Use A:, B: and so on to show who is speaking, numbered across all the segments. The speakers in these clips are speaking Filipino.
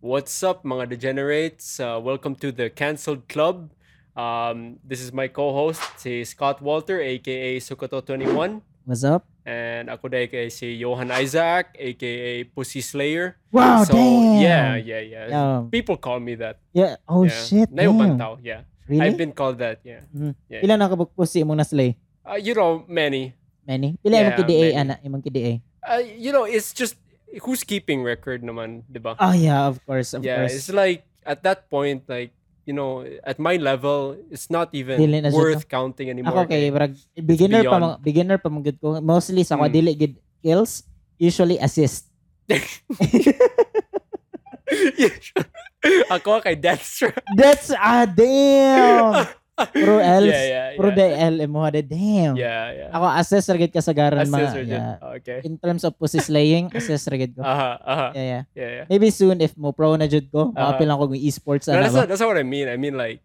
A: What's up, mga degenerates? Uh, welcome to the Cancelled Club. Um, this is my co-host, si Scott Walter, aka Sukoto21.
B: What's up?
A: And ako na aka si Johan Isaac, aka Pussy Slayer.
B: Wow,
A: so,
B: Oh, damn.
A: yeah, yeah, yeah.
B: Um,
A: People call me that.
B: yeah. Oh
A: yeah.
B: shit.
A: Nayo
B: damn.
A: Bantaw, yeah.
B: Really?
A: I've been called that, yeah.
B: Mhm.
A: yeah.
B: Ilan nakabukpusi imong naslay?
A: Uh, you know, many.
B: Many. Pila imong
A: Yeah,
B: KDA
A: many.
B: ana, imong KDA.
A: Uh, you know, it's just, who's keeping record naman, di ba?
B: Oh yeah, of course, of
A: yeah, it's
B: course.
A: like at that point, like you know, at my level, it's not even
B: Dili na siya
A: worth counting anymore.
B: Ako kay brag beginner pa
A: beyond.
B: mga beginner pa mga ko. Mostly sa ako
A: Mm.
B: dili gid kills, usually assist.
A: Ako kay Deathstroke.
B: That's ah damn. Pro L.
A: Yeah, yeah,
B: Pro
A: yeah.
B: the L mo ha damn.
A: Yeah, yeah.
B: Ako assist ra gid kasagaran
A: Assist
B: mga.
A: or did-
B: Yeah.
A: Okay.
B: In terms of pussy slaying, assist ra gid ko.
A: Aha, aha.
B: Yeah, yeah.
A: Yeah, yeah.
B: Maybe soon if mo pro na jud ko,
A: Ah.
B: maapil lang ko ng esports
A: No,
B: ana
A: that's
B: ba.
A: not, that's not what I mean. I mean like,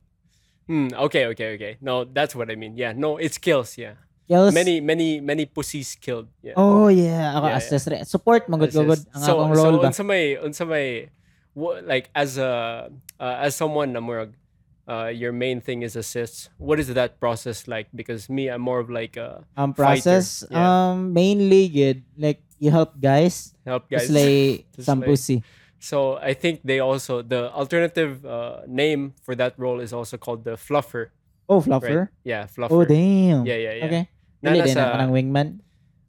A: hmm, okay, okay, okay. No, that's what I mean. Yeah, no, it's kills. Yeah,
B: Kills.
A: many, many, many pussies killed. Yeah.
B: Oh yeah, ako
A: Yeah,
B: assess re- support magud
A: Assist.
B: gugod ang
A: so,
B: akong
A: so
B: role ba. um,
A: unsa may unsa may wha- like as a uh, as someone na murag uh, your main thing is assists. What is that process like? Because me, I'm more of like a
B: Ang
A: fighter,
B: process
A: yeah.
B: um mainly gid like you help guys,
A: help
B: to
A: guys.
B: slay
A: To
B: some
A: slay.
B: pussy.
A: So I think they also the alternative uh, name for that role is also called the fluffer.
B: Oh fluffer.
A: Right? Yeah, fluffer.
B: Oh damn.
A: Yeah, yeah, yeah.
B: Okay.
A: Na
B: Dili din
A: nasa-
B: ako ng wingman.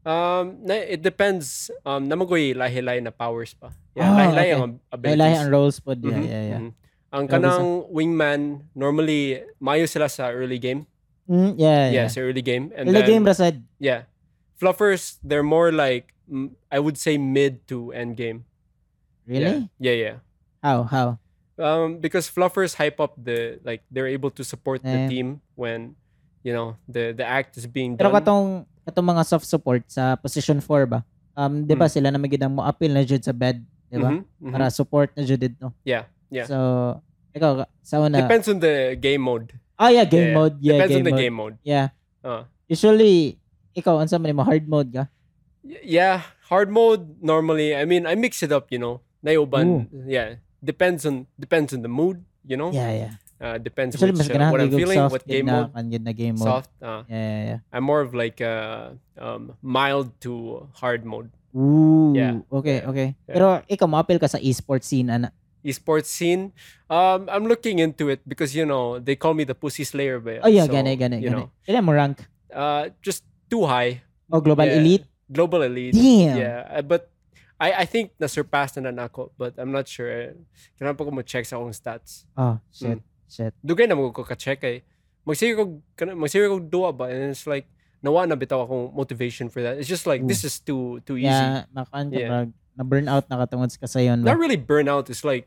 A: Um, na, it depends. Um, namugoy lahi-lahi na powers pa. Yeah,
B: Ah,
A: lahi-lahi
B: okay.
A: ang
B: May
A: abilities.
B: lahi ang roles pod. Yeah,
A: Mhm,
B: yeah, yeah.
A: mhm. Ang
B: Grabe
A: kanang wingman, normally, mayo sila sa early game.
B: Mm, yeah,
A: Yeah,
B: yeah.
A: sa early game. Mm-hmm. And
B: Dili
A: then,
B: game rasad.
A: Yeah. Fluffers, they're more like, mm, I would say mid to end game.
B: Really?
A: Yeah, yeah. yeah.
B: How? How?
A: Um, because fluffers hype up the, like, they're able to support the
B: Eh.
A: team when, you know, the, the act is being
B: Pero
A: done.
B: katong katong mga soft support sa position 4 ba? Um, 'di ba
A: Hmm.
B: sila na magid ang mo appeal na jud sa bed, 'di ba?
A: Mhm, mhm.
B: Para support na jud dito.
A: Yeah, yeah.
B: So, ikaw sa una.
A: Depends on the game mode.
B: Ah, yeah, game
A: Yeah,
B: mode. Yeah,
A: Depends
B: game
A: on the
B: mode.
A: game mode.
B: Yeah.
A: Uh,
B: Usually, ikaw, unsa man mo, hard mode ka?
A: y- yeah, hard mode normally. I mean, I mix it up, you know. Nayoban, yeah. Depends on depends on the mood, you know.
B: Yeah, yeah.
A: Uh, depends
B: Usually,
A: which,
B: mas
A: uh,
B: ganahan
A: what I'm
B: gigog
A: feeling,
B: soft
A: what
B: gid
A: game
B: na,
A: mode,
B: kan gid na game mode.
A: soft. Uh,
B: Yeah, yeah, yeah.
A: I'm more of like a um, mild to hard mode.
B: Ooh,
A: Yeah,
B: okay,
A: yeah,
B: okay.
A: yeah.
B: Pero ikaw, ma-appeal ka sa esports scene, ana.
A: Esports scene. Um, I'm looking into it because you know they call me the pussy slayer. Ba?
B: Oh, yeah,
A: So,
B: gane, gane,
A: You
B: gane.
A: know,
B: Ilan mo rank?
A: uh, just too high.
B: O, global
A: Yeah.
B: elite?
A: Global elite.
B: Damn!
A: Yeah, uh, but I I think na surpassed na na ako, but I'm not sure. Kailangan pa ko mo-check sa akong stats.
B: Oh, shit, shit.
A: Dugay na mo ko ka-check eh. Magsiyo ko kana- magsiyo ko duwa ba and it's like nawa na bitaw akong motivation for that. It's just like
B: Ooh.
A: this is too too easy.
B: Mm. Yeah, makaan ka,
A: Yeah.
B: brag. Na-burn out na katungod sa kasayon.
A: not
B: ba?
A: really burnout. It's like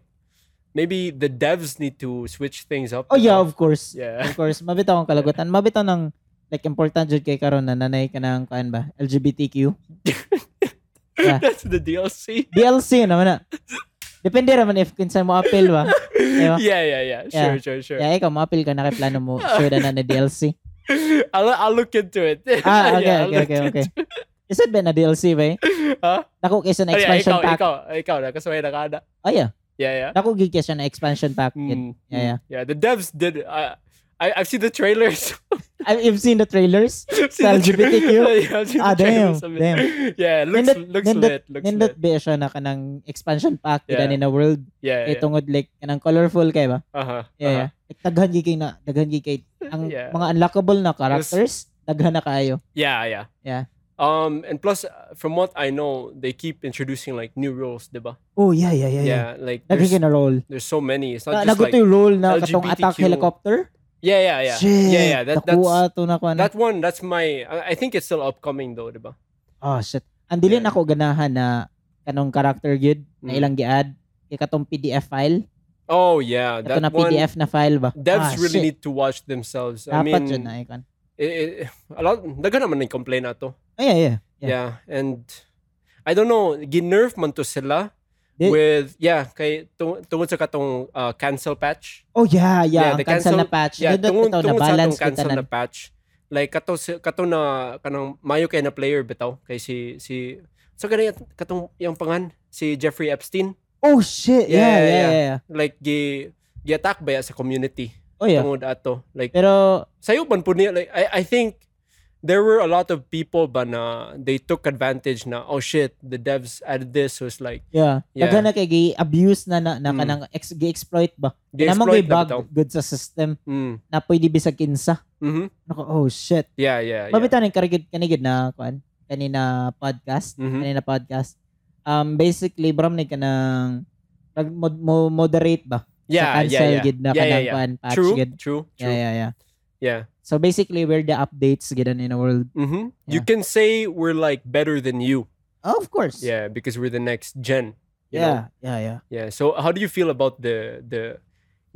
A: maybe the devs need to switch things up.
B: Oh, yeah, of course.
A: yeah.
B: Of course, mabitaw ang kalagutan. Mabitaw ng, like, important jud kay karon na nanay ka ng, kuan ba, LGBTQ. Yeah.
A: That's the DLC.
B: DLC naman ano na. Depende naman if kinsa mo appeal ba.
A: Yeah,
B: Diba?
A: yeah, yeah. Sure, sure, sure.
B: Yeah, ikaw mo appeal ka na kay plano mo sure na na DLC.
A: I'll, I'll look into it.
B: Ah, okay,
A: Yeah, I'll
B: okay,
A: look
B: okay,
A: into-
B: okay. Is it ba na DLC ba? eh?
A: Huh?
B: Naku, kaysa na
A: Oh, yeah,
B: expansion
A: ikaw,
B: pack.
A: ikaw, ikaw na. Kasabay na ka na.
B: Oh yeah.
A: Yeah, yeah.
B: Naku, gig kaysa na expansion pack. kid.
A: Mm,
B: Yeah,
A: mm.
B: yeah.
A: Yeah, the devs did. Uh, I, I've seen the trailers.
B: I- I've seen the trailers.
A: I've seen the
B: Sa
A: tra-
B: LGBTQ?
A: yeah, I've seen
B: Ah,
A: the trailers
B: damn,
A: of it. Yeah, looks,
B: Nindot-
A: looks
B: nindot-
A: lit. Looks
B: Nindot
A: lit.
B: ba siya na kanang expansion pack
A: Yeah.
B: yeah. in a world
A: Yeah,
B: kay
A: yeah.
B: tungod like kanang colorful kay ba?
A: Uh-huh,
B: Yeah. yeah. Like, daghan gig kay na, daghan gig kay ang
A: Yeah.
B: mga unlockable na characters, daghan na kaayo.
A: Yeah, yeah.
B: Yeah.
A: Um, and plus, uh, from what I know, they keep introducing like new rules, diba?
B: Oh yeah, yeah, yeah. yeah.
A: Yeah, like
B: Daghan
A: there's,
B: kay na roll.
A: there's so many. It's not just like
B: Na, naguto yung role na katong
A: LGBTQ.
B: attack helicopter.
A: yeah, yeah, yeah,
B: Shit.
A: yeah, yeah. That, that's
B: Nakuha to na ko ano? na.
A: that one. That's my. I I think it's still upcoming though, diba?
B: Oh, shit. Ang dili
A: Yeah.
B: na ko ganahan na kanong character gyud na
A: Mm.
B: ilang gi-add kay katong PDF file.
A: Oh yeah, that
B: Kato na
A: one.
B: PDF na file ba?
A: Devs
B: Ah,
A: really
B: shit.
A: need to watch themselves. I
B: Dapat
A: mean,
B: yun ah, na icon.
A: eh, eh, a lot. Daga naman ng complain ato.
B: Oh, yeah, yeah.
A: Yeah. and I don't know. Ginerf man to sila
B: Di-
A: with yeah kay tung, tungod sa katong uh, cancel patch.
B: Oh, yeah,
A: Yeah,
B: yeah. ang
A: the
B: cancel, na
A: cancel-
B: patch.
A: Yeah,
B: Yeah,
A: tungod,
B: ito, na
A: tungod sa
B: balance
A: atong
B: kita
A: cancel
B: na.
A: na patch. Like kato si- kato na kanang mayo kay na player bitaw kay si si so kanay katong yung pangan si Jeffrey Epstein.
B: Oh shit. Yeah, yeah,
A: Yeah,
B: yeah.
A: yeah,
B: yeah,
A: Like gi gi-attack ba ya sa community
B: Oh yeah.
A: tungod ato? Like
B: Pero
A: sayo ban po niya like I I think there were a lot of people ba na they took advantage na oh shit the devs added this so it's like
B: yeah,
A: Yeah.
B: Daghan na kay gi abuse na na, na
A: Mm.
B: kanang ex, gi-exploit ba. Namang gi
A: gi-exploit na
B: bug
A: bitaw.
B: good sa system
A: Mm.
B: na pwede bisag kinsa.
A: Mhm.
B: Nako, oh shit.
A: Yeah, yeah, yeah.
B: Mabitaw ning karigid kanigid na kuan kanina podcast,
A: Mhm.
B: kanina podcast. Um basically bram ni kanang nag mod- mo, moderate ba
A: Yeah,
B: sa
A: yeah,
B: cancel
A: yeah.
B: gid na
A: Yeah, yeah,
B: kanang
A: yeah.
B: kuan patch
A: True,
B: gid.
A: true,
B: Yeah,
A: true.
B: yeah, yeah.
A: Yeah.
B: So basically we're the updates gid in a world.
A: Mm-hmm. You
B: Yeah.
A: can say we're like better than you.
B: Oh, of course.
A: Yeah, because we're the next gen. you know?
B: Yeah, yeah, yeah.
A: Yeah. So how do you feel about the the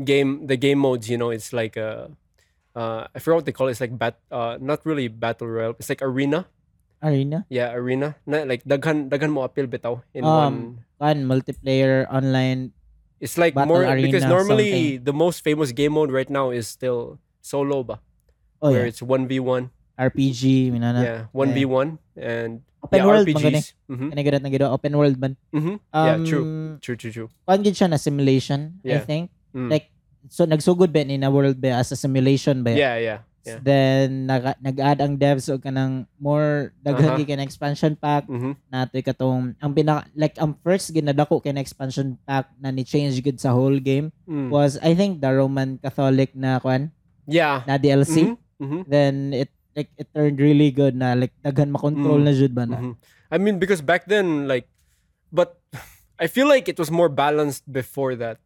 A: game the game modes? You know, it's like a uh, I forgot what they call it. It's like bat uh, not really battle royale. It's like arena.
B: Arena.
A: Yeah, arena. Na, like daghan daghan mo appeal bitaw in
B: Um,
A: one.
B: Kan multiplayer online.
A: It's like
B: battle
A: more because
B: arena,
A: normally the most famous game mode right now is still solo ba,
B: Oh
A: where
B: yeah.
A: it's one v one.
B: RPG minana.
A: Yeah, one v one and
B: Open
A: yeah,
B: world man gani.
A: RPGs. Mm-hmm.
B: Kanigadat na gido open world man.
A: Mm-hmm.
B: Um,
A: yeah, true, true, true, true.
B: Kuan gid siya na simulation,
A: Yeah.
B: I think.
A: Mm.
B: Like so nagsugod ba in a world ba as a simulation ba?
A: yeah, yeah, yeah.
B: Then naga- nag-add ang devs og kanang more
A: Aha.
B: daghan uh expansion pack
A: Mm-hmm.
B: natoy katong ang pinaka like ang first ginadako kay na expansion pack na ni change gid sa whole game
A: Mm.
B: was I think the Roman Catholic na kuan
A: Yeah.
B: na DLC.
A: Mm-hmm. Mm-hmm.
B: then it like it turned really good na like daghan makontrol
A: Mm.
B: na jud ba na
A: Mhm. I mean, because back then, like, but I feel like it was more balanced before that.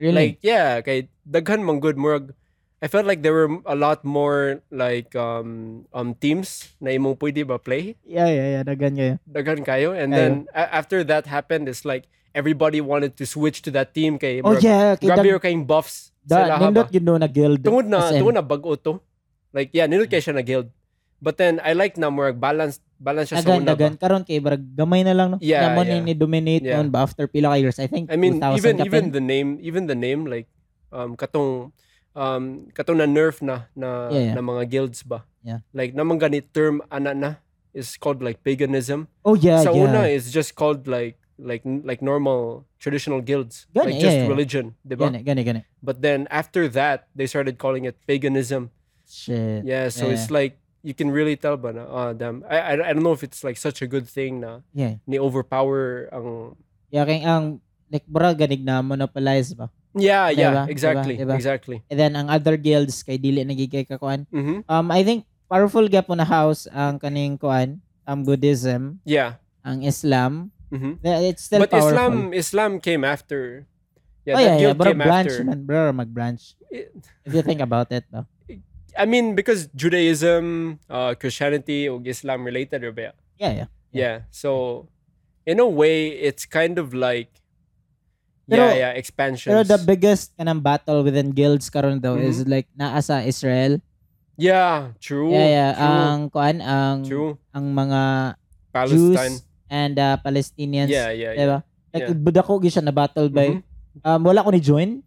A: Like,
B: really
A: yeah, kay daghan mang good murag. I felt like there were a lot more like um um teams na imong pwede ba play
B: yeah yeah yeah daghan kayo
A: daghan kayo and
B: Kayo.
A: then a- after that happened it's like everybody wanted to switch to that team kay
B: oh
A: murag,
B: yeah okay
A: grabe
B: dag-
A: yung kayong buffs sa
B: da,
A: lahat ba.
B: nindot yun no na guild
A: tungod na
B: SM.
A: tungod na bago to like yeah nindot kay siya na guild but then I like na murag balance balance siya sa una
B: daghan
A: ba.
B: daghan karon kay barag gamay na lang no
A: Yeah,
B: Lamon
A: yeah.
B: ni dominate
A: Yeah.
B: noon ba after pila ka years I think
A: I mean,
B: 2000
A: even
B: ka
A: even
B: pin.
A: the name, even the name, like, um, katong, um, katong na nerf na na,
B: Yeah, yeah.
A: na mga guilds ba?
B: Yeah.
A: Like, namang ganit term ana na is called like paganism.
B: oh yeah
A: Sa
B: yeah
A: una eh, is just called like like like normal traditional guilds,
B: Gani,
A: like just
B: yeah, yeah.
A: religion, diba?
B: gani gani gani
A: But then after that, they started calling it paganism.
B: shit
A: Yeah, so
B: Yeah,
A: it's like you can really tell ba na, ah, damn. I, I I don't know if it's like such a good thing na
B: yeah
A: ni overpower ang
B: yeah kay ang like bra ganig na monopolize ba
A: Yeah, yeah,
B: Diba? Diba?
A: exactly.
B: Diba?
A: Exactly.
B: and then ang other guilds kay dili nagigay kakuan
A: Mhm.
B: um I think powerful gap na house ang kaning kuan ang Buddhism
A: Yeah.
B: ang Islam.
A: Mhm.
B: na- It's still
A: but
B: powerful.
A: Islam Islam came after. Yeah, that
B: oh, yeah, yeah,
A: guilt
B: bro,
A: came
B: branch
A: after.
B: man, bro, mag-branch.
A: It-
B: If you think about it, no?
A: I mean, because Judaism, uh, Christianity, or Islam related, or yeah.
B: Yeah, yeah.
A: yeah. So, in a way, it's kind of like,
B: Pero-
A: yeah, yeah, expansion.
B: Pero the biggest kanang battle within guilds karon daw is like naa sa Israel.
A: yeah, Mm-hmm. true.
B: yeah, yeah. um,
A: true,
B: Ang kuan ang
A: true.
B: ang mga
A: Palestine.
B: Jews and uh, Palestinians,
A: Yeah, yeah. yeah.
B: diba? Like
A: yeah.
B: budako gi siya na battle by
A: Mhm.
B: um wala ko ni join.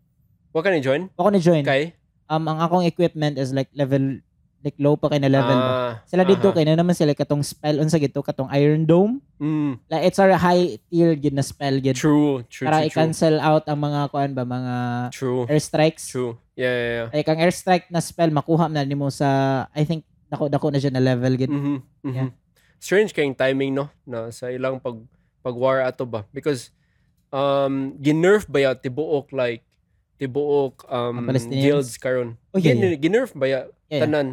A: What can I join?
B: Ako ni join.
A: Okay.
B: Um ang akong equipment is like level like low pa kay na level. ba.
A: Ah,
B: Sila dito
A: aha.
B: kay na naman sila katong spell unsa gito katong Iron Dome.
A: Mm,
B: Like it's a high tier gid na spell gid
A: true, true,
B: para
A: true, true,
B: i-cancel out ang mga kuan ba mga
A: true,
B: airstrikes.
A: true. Yeah, yeah, yeah.
B: Like ang airstrike na spell makuha na nimo sa I think dako dako na siya na level gid.
A: Mhm,
B: Yeah.
A: mhm. Strange kayong timing no na sa ilang pag pagwar ato ba because um ginerf ba ya tibuok like tibuok um
B: Ang Palestinians?
A: guilds karon.
B: Oh yeah. yeah.
A: Gin- ginerf ba ya
B: Yeah, yeah.
A: tanan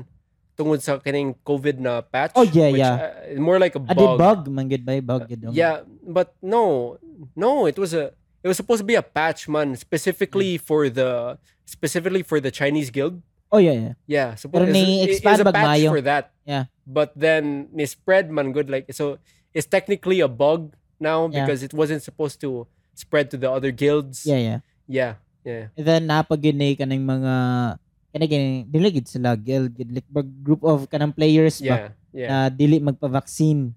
A: tungod sa kining COVID na patch?
B: Oh, yeah,
A: which,
B: yeah.
A: uh, more like a
B: Ah, di
A: bug.
B: bug man gid ba bug gid. ang-
A: Yeah, but no. No, it was a it was supposed to be a patch man specifically
B: Hmm.
A: for the specifically for the Chinese guild.
B: Oh yeah yeah.
A: Yeah, so
B: Pero
A: it's-
B: ni
A: it- it's
B: expand
A: a
B: bag
A: patch
B: maayo.
A: for that.
B: Yeah.
A: But then ni spread man good like so it's technically a bug now
B: Yeah.
A: because it wasn't supposed to spread to the other guilds.
B: Yeah yeah.
A: Yeah. Yeah.
B: And then napagini kaning mga kanang kini dili gid sila guild gid like bag group of kanang players ba
A: Yeah. Yeah.
B: na dili magpa-vaccine.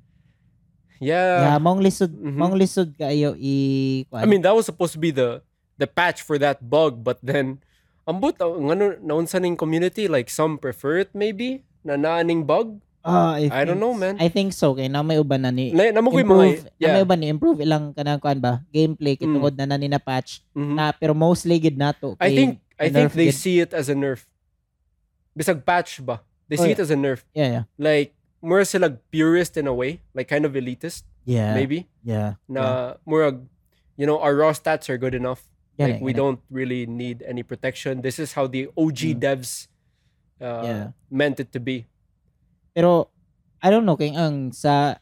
A: Yeah.
B: yeah, maong lisod
A: mhm.
B: maong lisod kaayo i kuan.
A: I mean, that was supposed to be the the patch for that bug, but then ambot ang ano naunsa ning community like some prefer it maybe na naaning bug.
B: Ah, I,
A: I don't
B: think-
A: know, man.
B: I think so kay na may uban na ni
A: Na, namo ko yung mga,
B: improve. Na
A: yeah.
B: may uban ni improve ilang kanang kuan ba? Gameplay kay
A: Mm.
B: tungod na nani na patch
A: Mhm.
B: na pero mostly gid nato.
A: I
B: kay-
A: think, I think
B: nerf
A: they
B: yun.
A: see it as a nerf. Bisag patch ba? They see
B: Oh,
A: it as a nerf.
B: yeah, yeah.
A: Like, more sila purist in a way, like kind of elitist,
B: Yeah.
A: maybe.
B: Yeah.
A: Na, more, you know, our raw stats are good enough. like
B: Yeah,
A: we don't really need any protection. This is how the OG
B: Mm.
A: devs uh,
B: Yeah.
A: meant it to be.
B: Pero I don't know kay ang sa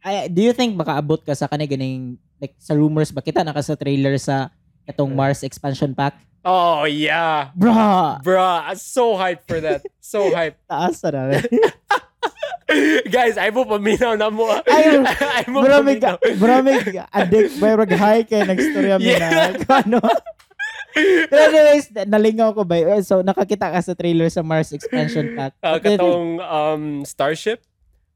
B: I, do you think makaabot ka sa kanang ganing like sa rumors ba kita naka sa trailer sa katong
A: Yeah.
B: Mars expansion pack?
A: Oh yeah,
B: Bra,
A: bruh! I'm so hyped for that. so hyped,
B: taas na namin.
A: guys! I mo paminaw na mo. ah.
B: Ayaw.
A: I mo
B: Maraming,
A: paminaw.
B: maraming addict, may mag-high kay nagstorya mo
A: Yeah.
B: na. kung Ano? Pero anyways, nalingaw ko ba? eh, So, nakakita ka sa trailer sa Mars Expansion Pack.
A: Uh,
B: What do you think?
A: katong um, Starship.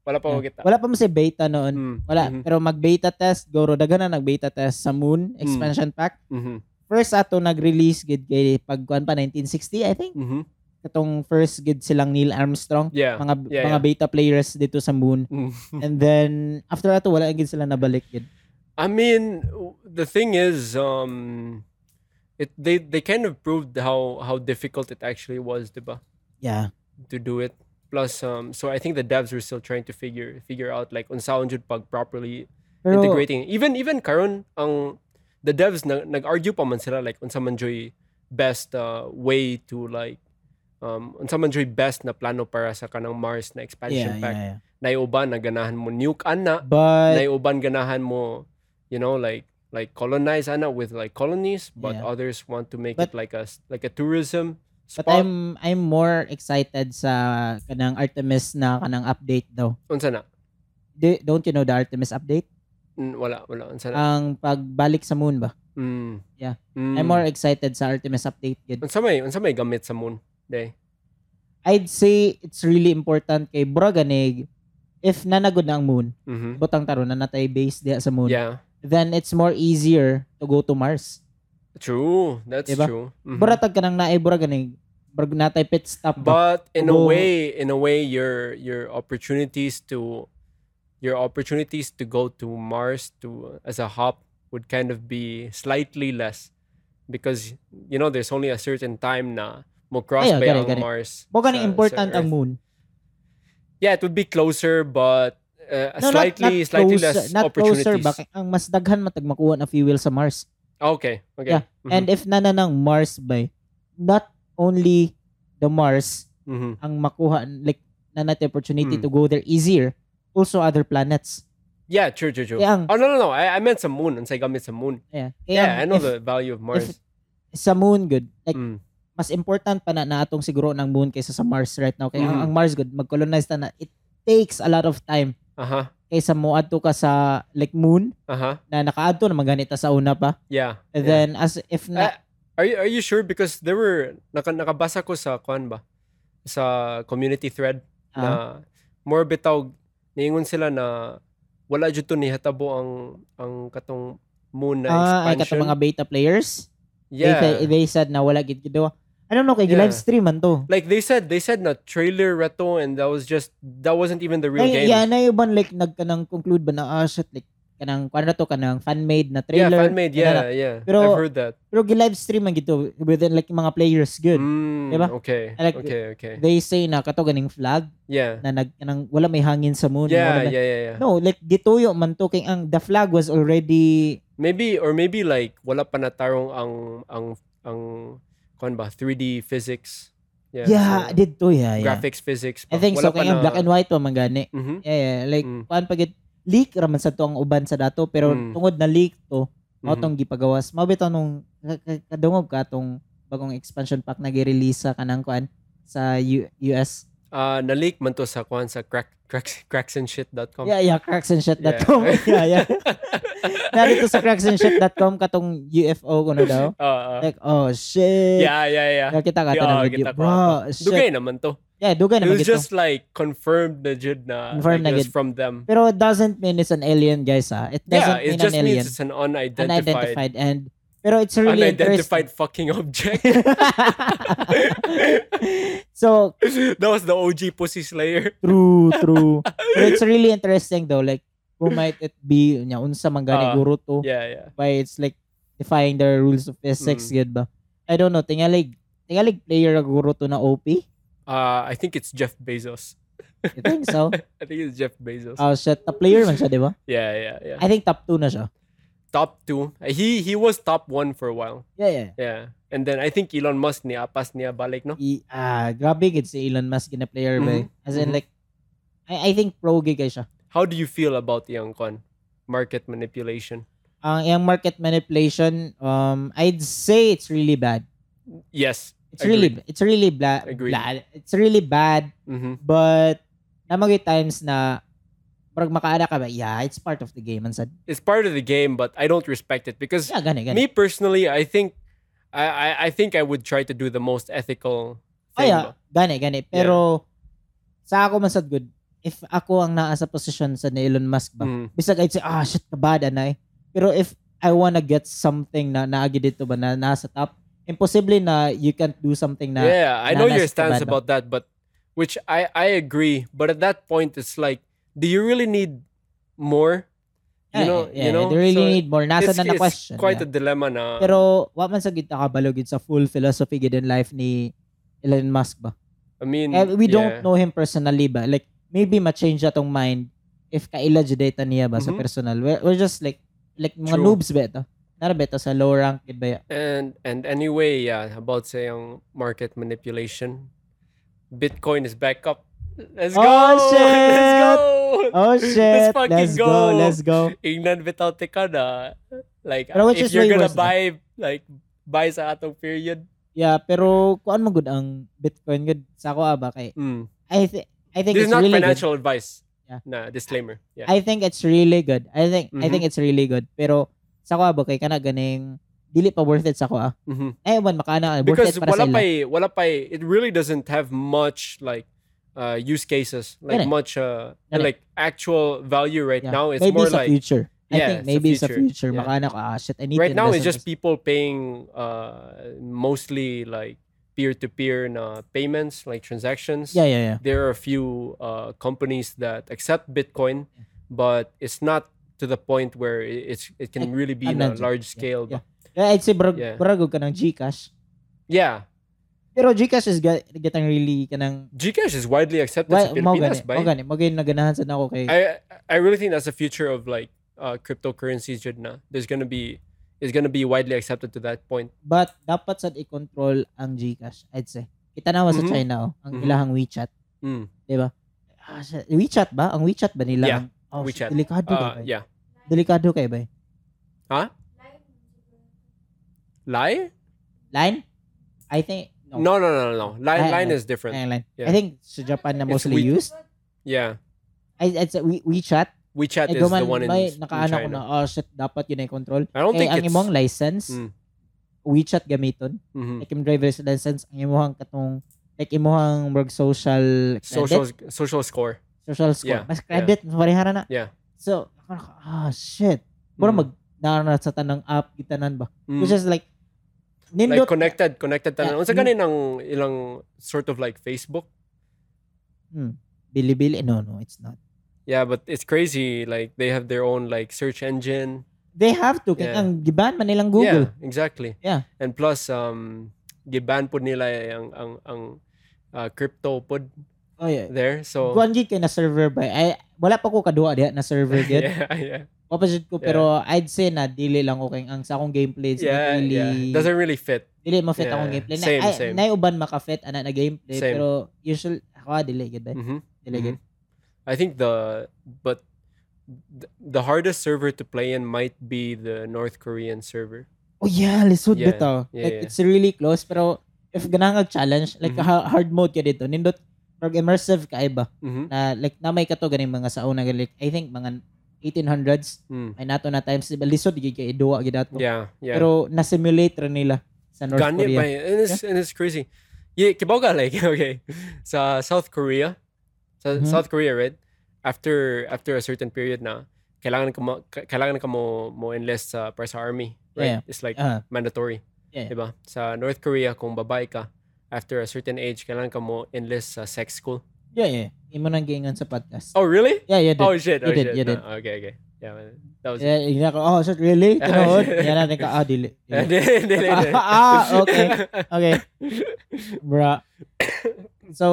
A: Wala pa ko kita.
B: Wala pa mo si beta noon.
A: Mm,
B: Wala.
A: mhm,
B: Pero mag-beta test, Goro, daghan na nag-beta test sa Moon
A: Hmm.
B: Expansion Pack.
A: mhm,
B: First ato nag-release gid kay pagkuan pa 1960 I think.
A: mhm.
B: Katong first gid silang Neil Armstrong.
A: Yeah.
B: Mga
A: Yeah, yeah.
B: mga beta players dito sa Moon.
A: Mm.
B: And then after ato wala gid sila nabalik gid.
A: I mean, w- the thing is, um, it they they kind of proved how how difficult it actually was, diba?
B: Yeah.
A: to do it. Plus, um, so I think the devs were still trying to figure figure out like unsaon jud pag properly
B: Pero,
A: integrating. Even even karon ang the devs nag nag-argue pa man sila like unsa man joy best uh, way to like um unsa man joy best na plano para sa kanang Mars na
B: yeah,
A: expansion
B: yeah,
A: pack.
B: yeah.
A: Nay uban na ganahan mo nuke ana,
B: But
A: nay uban ganahan mo you know like like colonize ana with like colonies, but
B: Yeah.
A: others want to make
B: But-
A: it like a s- like a tourism
B: But
A: spot.
B: I'm I'm more excited sa kanang Artemis na kanang update daw.
A: unsa na?
B: Di- don't you know the Artemis update?
A: Mm, wala wala unsa na?
B: Ang pagbalik sa moon ba?
A: Mm.
B: Uh, Yeah.
A: Mm.
B: I'm more excited sa Artemis update gid.
A: Unsa may unsa may gamit sa moon day?
B: I'd say it's really important kay bro ganig if nanagod na ang moon,
A: Mhm.
B: butang taro na natay base diha sa moon,
A: Yeah.
B: then it's more easier to go to Mars.
A: True. That's
B: Diba?
A: true. Mhm.
B: Bro tag kanang naay bro ganig, bro natay pit stop ba?
A: But in a
B: Go-
A: way, in a way your your opportunities to your opportunities to go to Mars to as a hop would kind of be slightly less because you know there's only a certain time na mo cross
B: Ayaw,
A: by
B: gani,
A: ang
B: gani.
A: Mars.
B: Mo ganing
A: sa- sa
B: important ang
A: Earth.
B: moon.
A: Yeah, it would be closer but uh,
B: No, not-
A: slightly
B: not
A: slightly
B: closer-
A: less
B: not closer
A: opportunities. Mm-hmm.
B: ba? Kay- Ang mas daghan matag makuha na fuel sa Mars.
A: Okay, okay.
B: Yeah, And if nananang Mars ba, not only the Mars
A: mm-hmm.
B: ang makuha, like, na natin opportunity
A: Mm.
B: to go there easier, also other planets.
A: Yeah, true, true, true.
B: Kaya ang,
A: Oh no no no! I, I meant sa moon. Ang gamit sa moon.
B: yeah, kaya
A: Yeah, I
B: ang
A: know
B: if-
A: the value of Mars.
B: Sa moon, good. Like,
A: Mm.
B: mas important pa na, na atong siguro ng moon kaysa sa Mars right now. Kaya ang,
A: Mhm.
B: ang Mars, good, mag-colonize na na. It takes a lot of time
A: Uh huh.
B: kaysa mo adto ka sa, like, moon,
A: Uh huh.
B: na nakaadto na maganita sa una pa.
A: Yeah.
B: And
A: yeah.
B: then, as if na,
A: Ah, are you are you sure? Because there were naka, nakabasa ko sa kuan ba sa community thread na
B: ah,
A: more bitaw niingon sila na wala jud to nihitabo ang ang katong moon na
B: ah, ay
A: expansion.
B: katong mga beta players,
A: yeah.
B: They, they said na wala gid gidawa. I don't know kay
A: Yeah.
B: live stream man to.
A: like they said they said na trailer reto and that was just that wasn't even the real
B: Ay,
A: game.
B: yeah, na yun ba, like nagkanang conclude ba na ah shit like kanang kuan na to kanang fan made na
A: yeah,
B: trailer.
A: fan made. Yeah,
B: kanana.
A: yeah.
B: Pero-
A: I've heard that.
B: Pero gi live stream man gito within like mga players good.
A: Mm,
B: Diba?
A: Okay.
B: Like,
A: okay. Okay.
B: They say na kato ganing flag
A: Yeah.
B: na nag kanang wala may hangin sa moon.
A: yeah,
B: wala may-
A: yeah, yeah, yeah.
B: No, like gituyo man to kay ang the flag was already
A: Maybe or maybe like wala pa natarong ang ang ang kon ba 3D physics. Yeah.
B: yeah,
A: so,
B: dito yeah, yeah.
A: graphics physics.
B: I think so kay ang black and white pa man gani.
A: mm
B: Yeah, yeah, like
A: Mm.
B: kuan pa gid leak raman sa to ang uban sa dato pero
A: Mm. Mm-hmm.
B: tungod na leak to mao tong gipagawas mao bitaw nung ka- ka- kadungog ka tong bagong expansion pack na gi-release sa kanang kuan sa U- US.
A: na-leak Ah, man to sa kuan sa crack cracks cracksandshit.com.
B: Yeah, yeah, cracksandshit.com. Yeah, yeah. Narito sa cracksandshit.com katong UFO ko na daw.
A: Ah, ah.
B: Like, oh shit.
A: yeah, yeah, yeah.
B: Nakita ka
A: Yeah,
B: ta ng
A: kita
B: video.
A: ko.
B: Bro, shit.
A: Dugay naman to.
B: Yeah, dugay
A: It
B: naman
A: was
B: gito.
A: just like confirmed na jud na
B: Confirmed
A: like,
B: na
A: it was
B: gid.
A: from them.
B: Pero it doesn't mean it's an alien, guys, ha. It doesn't
A: Yeah, it
B: mean an
A: just
B: alien.
A: means it's an unidentified.
B: unidentified and Pero it's really
A: Unidentified fucking object.
B: interesting. so,
A: that was the OG pussy slayer.
B: True, true. But it's really interesting though, like who might it be nya unsa man gani
A: Ah,
B: guro to
A: Yeah, yeah.
B: why it's like defying the rules of physics
A: Mm.
B: yun ba. I don't know, tingalig tingalig player ang guro to na OP.
A: Uh, I think it's Jeff Bezos.
B: I think so.
A: I think it's Jeff Bezos.
B: Oh shit, top player man siya, di ba?
A: yeah, yeah, yeah.
B: I think top 2 na siya.
A: top two. He he was top one for a while.
B: Yeah, yeah.
A: Yeah, and then I think Elon Musk niya pas niya balik no.
B: I, ah, grabe gid si Elon Musk na player ba. As in
A: mhm.
B: like I, I think pro gig kay siya.
A: How do you feel about yung kon market manipulation?
B: Ang yung market manipulation, um I'd say it's really bad.
A: Yes.
B: It's really it's really bla-
A: Agreed.
B: bla- it's really bad
A: Mm-hmm.
B: But namagay times na parang makaada ka ba? Yeah, it's part of the game and said,
A: It's part of the game, but I don't respect it because
B: yeah, gani gani.
A: me personally, I think I, I I think I would try to do the most ethical
B: oh
A: thing. ba.
B: yeah, gani gani. Pero sa ako man sad good, if ako ang naa sa position sa ni Elon Musk ba,
A: Mhm.
B: bisag I'd say, ah, shit, kabada na eh. Pero if I wanna get something na naagi dito ba, na nasa top, imposible na you can't do something na,
A: yeah, I know
B: na-
A: your
B: nasa kabado.
A: stance about that, but which I I agree, but at that point it's like do you really need more? You
B: Eh,
A: know,
B: eh,
A: you
B: eh,
A: know.
B: they really
A: So,
B: need more. Nasa
A: it's,
B: na na
A: it's
B: question.
A: quite a
B: yeah.
A: dilemma na
B: Pero, wa man sa gid nakabalo gid sa full philosophy gid in life ni Elon Musk ba?
A: I mean,
B: Eh, we don't
A: Mm, yeah.
B: know him personally ba? Like, maybe ma-change atong mind if kaila jud data niya ba sa
A: Mhm.
B: personal. We're, we're just like, like
A: True.
B: mga noobs ba ito? Nara ba ito sa low rank gid ba? ya?
A: And and anyway, yeah, about saying market manipulation, Bitcoin is back up. Let's
B: Oh,
A: go! Let's
B: shit!
A: go!
B: Oh shit!
A: fucking
B: let's go.
A: go.
B: Let's go!
A: England without the kada. Like
B: Pero which
A: if
B: is
A: you're
B: way
A: gonna
B: worse, no?
A: buy like buy sa atong period.
B: Yeah, pero kuan mo good ang Bitcoin good sa ako ah, ba kay
A: Mm.
B: I thi- I think
A: This is
B: it's
A: not
B: really good.
A: financial advice.
B: Yeah.
A: Nah, disclaimer. Yeah.
B: I think it's really good. I think I
A: Mhm.
B: think it's really good. Pero sa ako ah, ba kay kana ganing dili pa worth it sa ako ah.
A: Mhm.
B: Eh man makana worth
A: Because
B: it para sa
A: wala
B: ila.
A: pa'y- wala pa'y- it really doesn't have much like uh, use cases, like
B: Correct.
A: much uh,
B: Correct.
A: like actual value right
B: Yeah.
A: now. It's
B: maybe
A: more
B: sa
A: like
B: future. I
A: Yeah,
B: think
A: sa
B: maybe sa
A: future.
B: future,
A: Yeah.
B: makaana ko, ah, shit, I need
A: right
B: to
A: now
B: invest
A: it's
B: in
A: just
B: this.
A: people paying uh, mostly like peer-to-peer na payments like transactions
B: Yeah, yeah, yeah.
A: there are a few uh, companies that accept bitcoin but it's not to the point where i- it's it can
B: Like,
A: really be in a
B: ano,
A: large
B: yeah,
A: scale yeah,
B: Yeah, Eh, I'd say brag,
A: Yeah.
B: bragog ka ng Gcash.
A: yeah.
B: Pero Gcash is get, getting really ka ng...
A: gcash is widely accepted
B: Well,
A: sa
B: mo gani,
A: Pilipinas ba?
B: mo gani, mo gani naganahan sa ako kay...
A: I I really think that's the future of like uh, cryptocurrencies jud na there's gonna be it's gonna be widely accepted to that point
B: But dapat sad i-control ang Gcash, I'd say. Kita na sa
A: Mhm.
B: China, oh, ang
A: Mhm.
B: ilahang WeChat.
A: Mm.
B: Ah, shit, WeChat ba? Ang WeChat ba nila?
A: Yeah,
B: Ang- Oh,
A: WeChat.
B: shit, Delikado kay
A: uh,
B: bay.
A: yeah
B: Delikado eh kay bay.
A: lie
B: Line? I think... No. Eh,
A: no no no no, no. line line
B: Line, line.
A: is different
B: Ayan, line.
A: Yeah.
B: I think sa Japan na
A: It's
B: mostly
A: We-
B: used.
A: Yeah,
B: I, I'd say We, WeChat.
A: WeChat is
B: Ay,
A: the
B: guman,
A: one in,
B: Eh, may,
A: in
B: nakaano ko
A: China.
B: na, oh shit, dapat yun ay control.
A: I don't
B: Eh,
A: think
B: ang
A: it's.
B: imong license,
A: Mm.
B: WeChat gamiton,
A: mhm.
B: like eh, yung driver's license, ang imuhang katong, like imuhang work social credit,
A: social social score.
B: social score.
A: yeah,
B: Mas credit, parehara na.
A: Yeah.
B: So, ako naka- ah shit. Pura
A: Mm.
B: mag, naana sa tanang app, gitanan ba?
A: Mm.
B: Which is like,
A: like
B: nindot,
A: connected, connected tanan.
B: Yeah,
A: Unsa
B: mm.
A: ganin ang ilang sort of like Facebook?
B: bilibili, no, no, it's not.
A: Yeah, but it's crazy. Like they have their own like search engine.
B: They have to, kay
A: Yeah.
B: ang giban man nilang Google.
A: Yeah, exactly.
B: Yeah.
A: And plus, um, giban pod nila eh, ang ang ang uh, crypto pod
B: Oh yeah.
A: there. So.
B: Kuan gid kay na server ba? Ay, wala pa ko kaduha diha na server gid.
A: yeah, yeah,
B: Opposite ko
A: Yeah.
B: pero I'd say na dili lang ko kay ang sa akong gameplay it's
A: yeah,
B: not really
A: yeah. Doesn't really fit.
B: dili mo fit
A: yeah.
B: akong gameplay na
A: Same,
B: ay,
A: same.
B: naiuban makafit ana na gameplay
A: Same.
B: pero usual ako ah, dili gid ba
A: Mhm.
B: dili gid
A: I think the but th- the hardest server to play in might be the North Korean server.
B: oh yeah lisod
A: Yeah,
B: bitaw
A: yeah,
B: like
A: yeah.
B: it's really close pero if ganang challenge like
A: Mhm.
B: ha- hard mode ka dito nindot pag immersive ka iba
A: Mm-hmm.
B: na like na may kato ganing mga sa una like I think mga 1800s may nato na times diba lisod gid kay duwa gid ato
A: Mm. Yeah, yeah.
B: pero na simulate ra nila sa North
A: Ganyan
B: Korea
A: pa yun. And it's, and it's crazy. Yeah, kibaw like, okay. Sa South Korea, sa
B: Mhm.
A: South Korea, right? After after a certain period na, kailangan ka mo, ka- kailangan ka mo, mo enlist sa para sa army, right? It's like
B: Ah,
A: mandatory.
B: Yeah.
A: Diba? Sa North Korea kung babae ka, after a certain age kailangan ka mo enlist sa sex school.
B: yeah, yeah. Imo nang giingon sa podcast.
A: Oh, really?
B: Yeah, yeah.
A: Oh
B: dude.
A: shit.
B: You
A: Oh
B: did,
A: shit.
B: you
A: No,
B: did.
A: okay, okay. Yeah. man. That was
B: Yeah, yeah, ko, oh, shit, really?
A: Ah,
B: Tinood?
A: shit.
B: Yan natin ka, ah, dili.
A: Eh,
B: dili.
A: di- di- di- di.
B: Ah, okay. Okay, bra. So,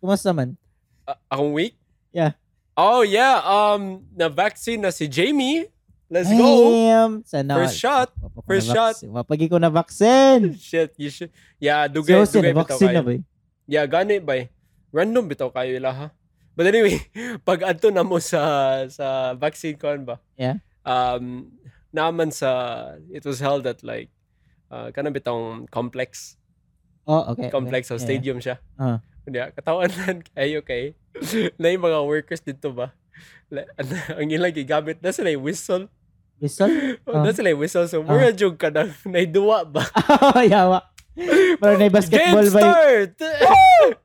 B: kumusta man?
A: A- akong Uh, week?
B: Yeah.
A: Oh yeah, um na vaccine na si Jamie. Let's go.
B: Damn! Sana,
A: First shot.
B: Wapa ko
A: First
B: na
A: shot.
B: vaccine. Wapagi ko na vaccine.
A: Shit, you should. Yeah,
B: Si
A: dugay
B: Jose,
A: dugay bitaw
B: vaccine na
A: kayo.
B: ba? eh?
A: Yeah, gani bay. Random bitaw kayo ila ha. But anyway, pag adto na mo sa sa vaccine kon ba?
B: Yeah.
A: Um naman sa it was held at like uh, kanang bitawng complex.
B: Oh, okay.
A: complex sa
B: okay.
A: stadium siya.
B: Ah.
A: Kanya, katawan lang kayo kay na yung mga workers dito ba? La- Ang ilang gigamit na sila yung whistle.
B: Yeah. Rizal? Ah.
A: Na sila yung whistle. So, mura joke ka na. Naiduwa ba?
B: Oh, Yawa. Pero na basketball
A: Game
B: ba? yun?
A: start!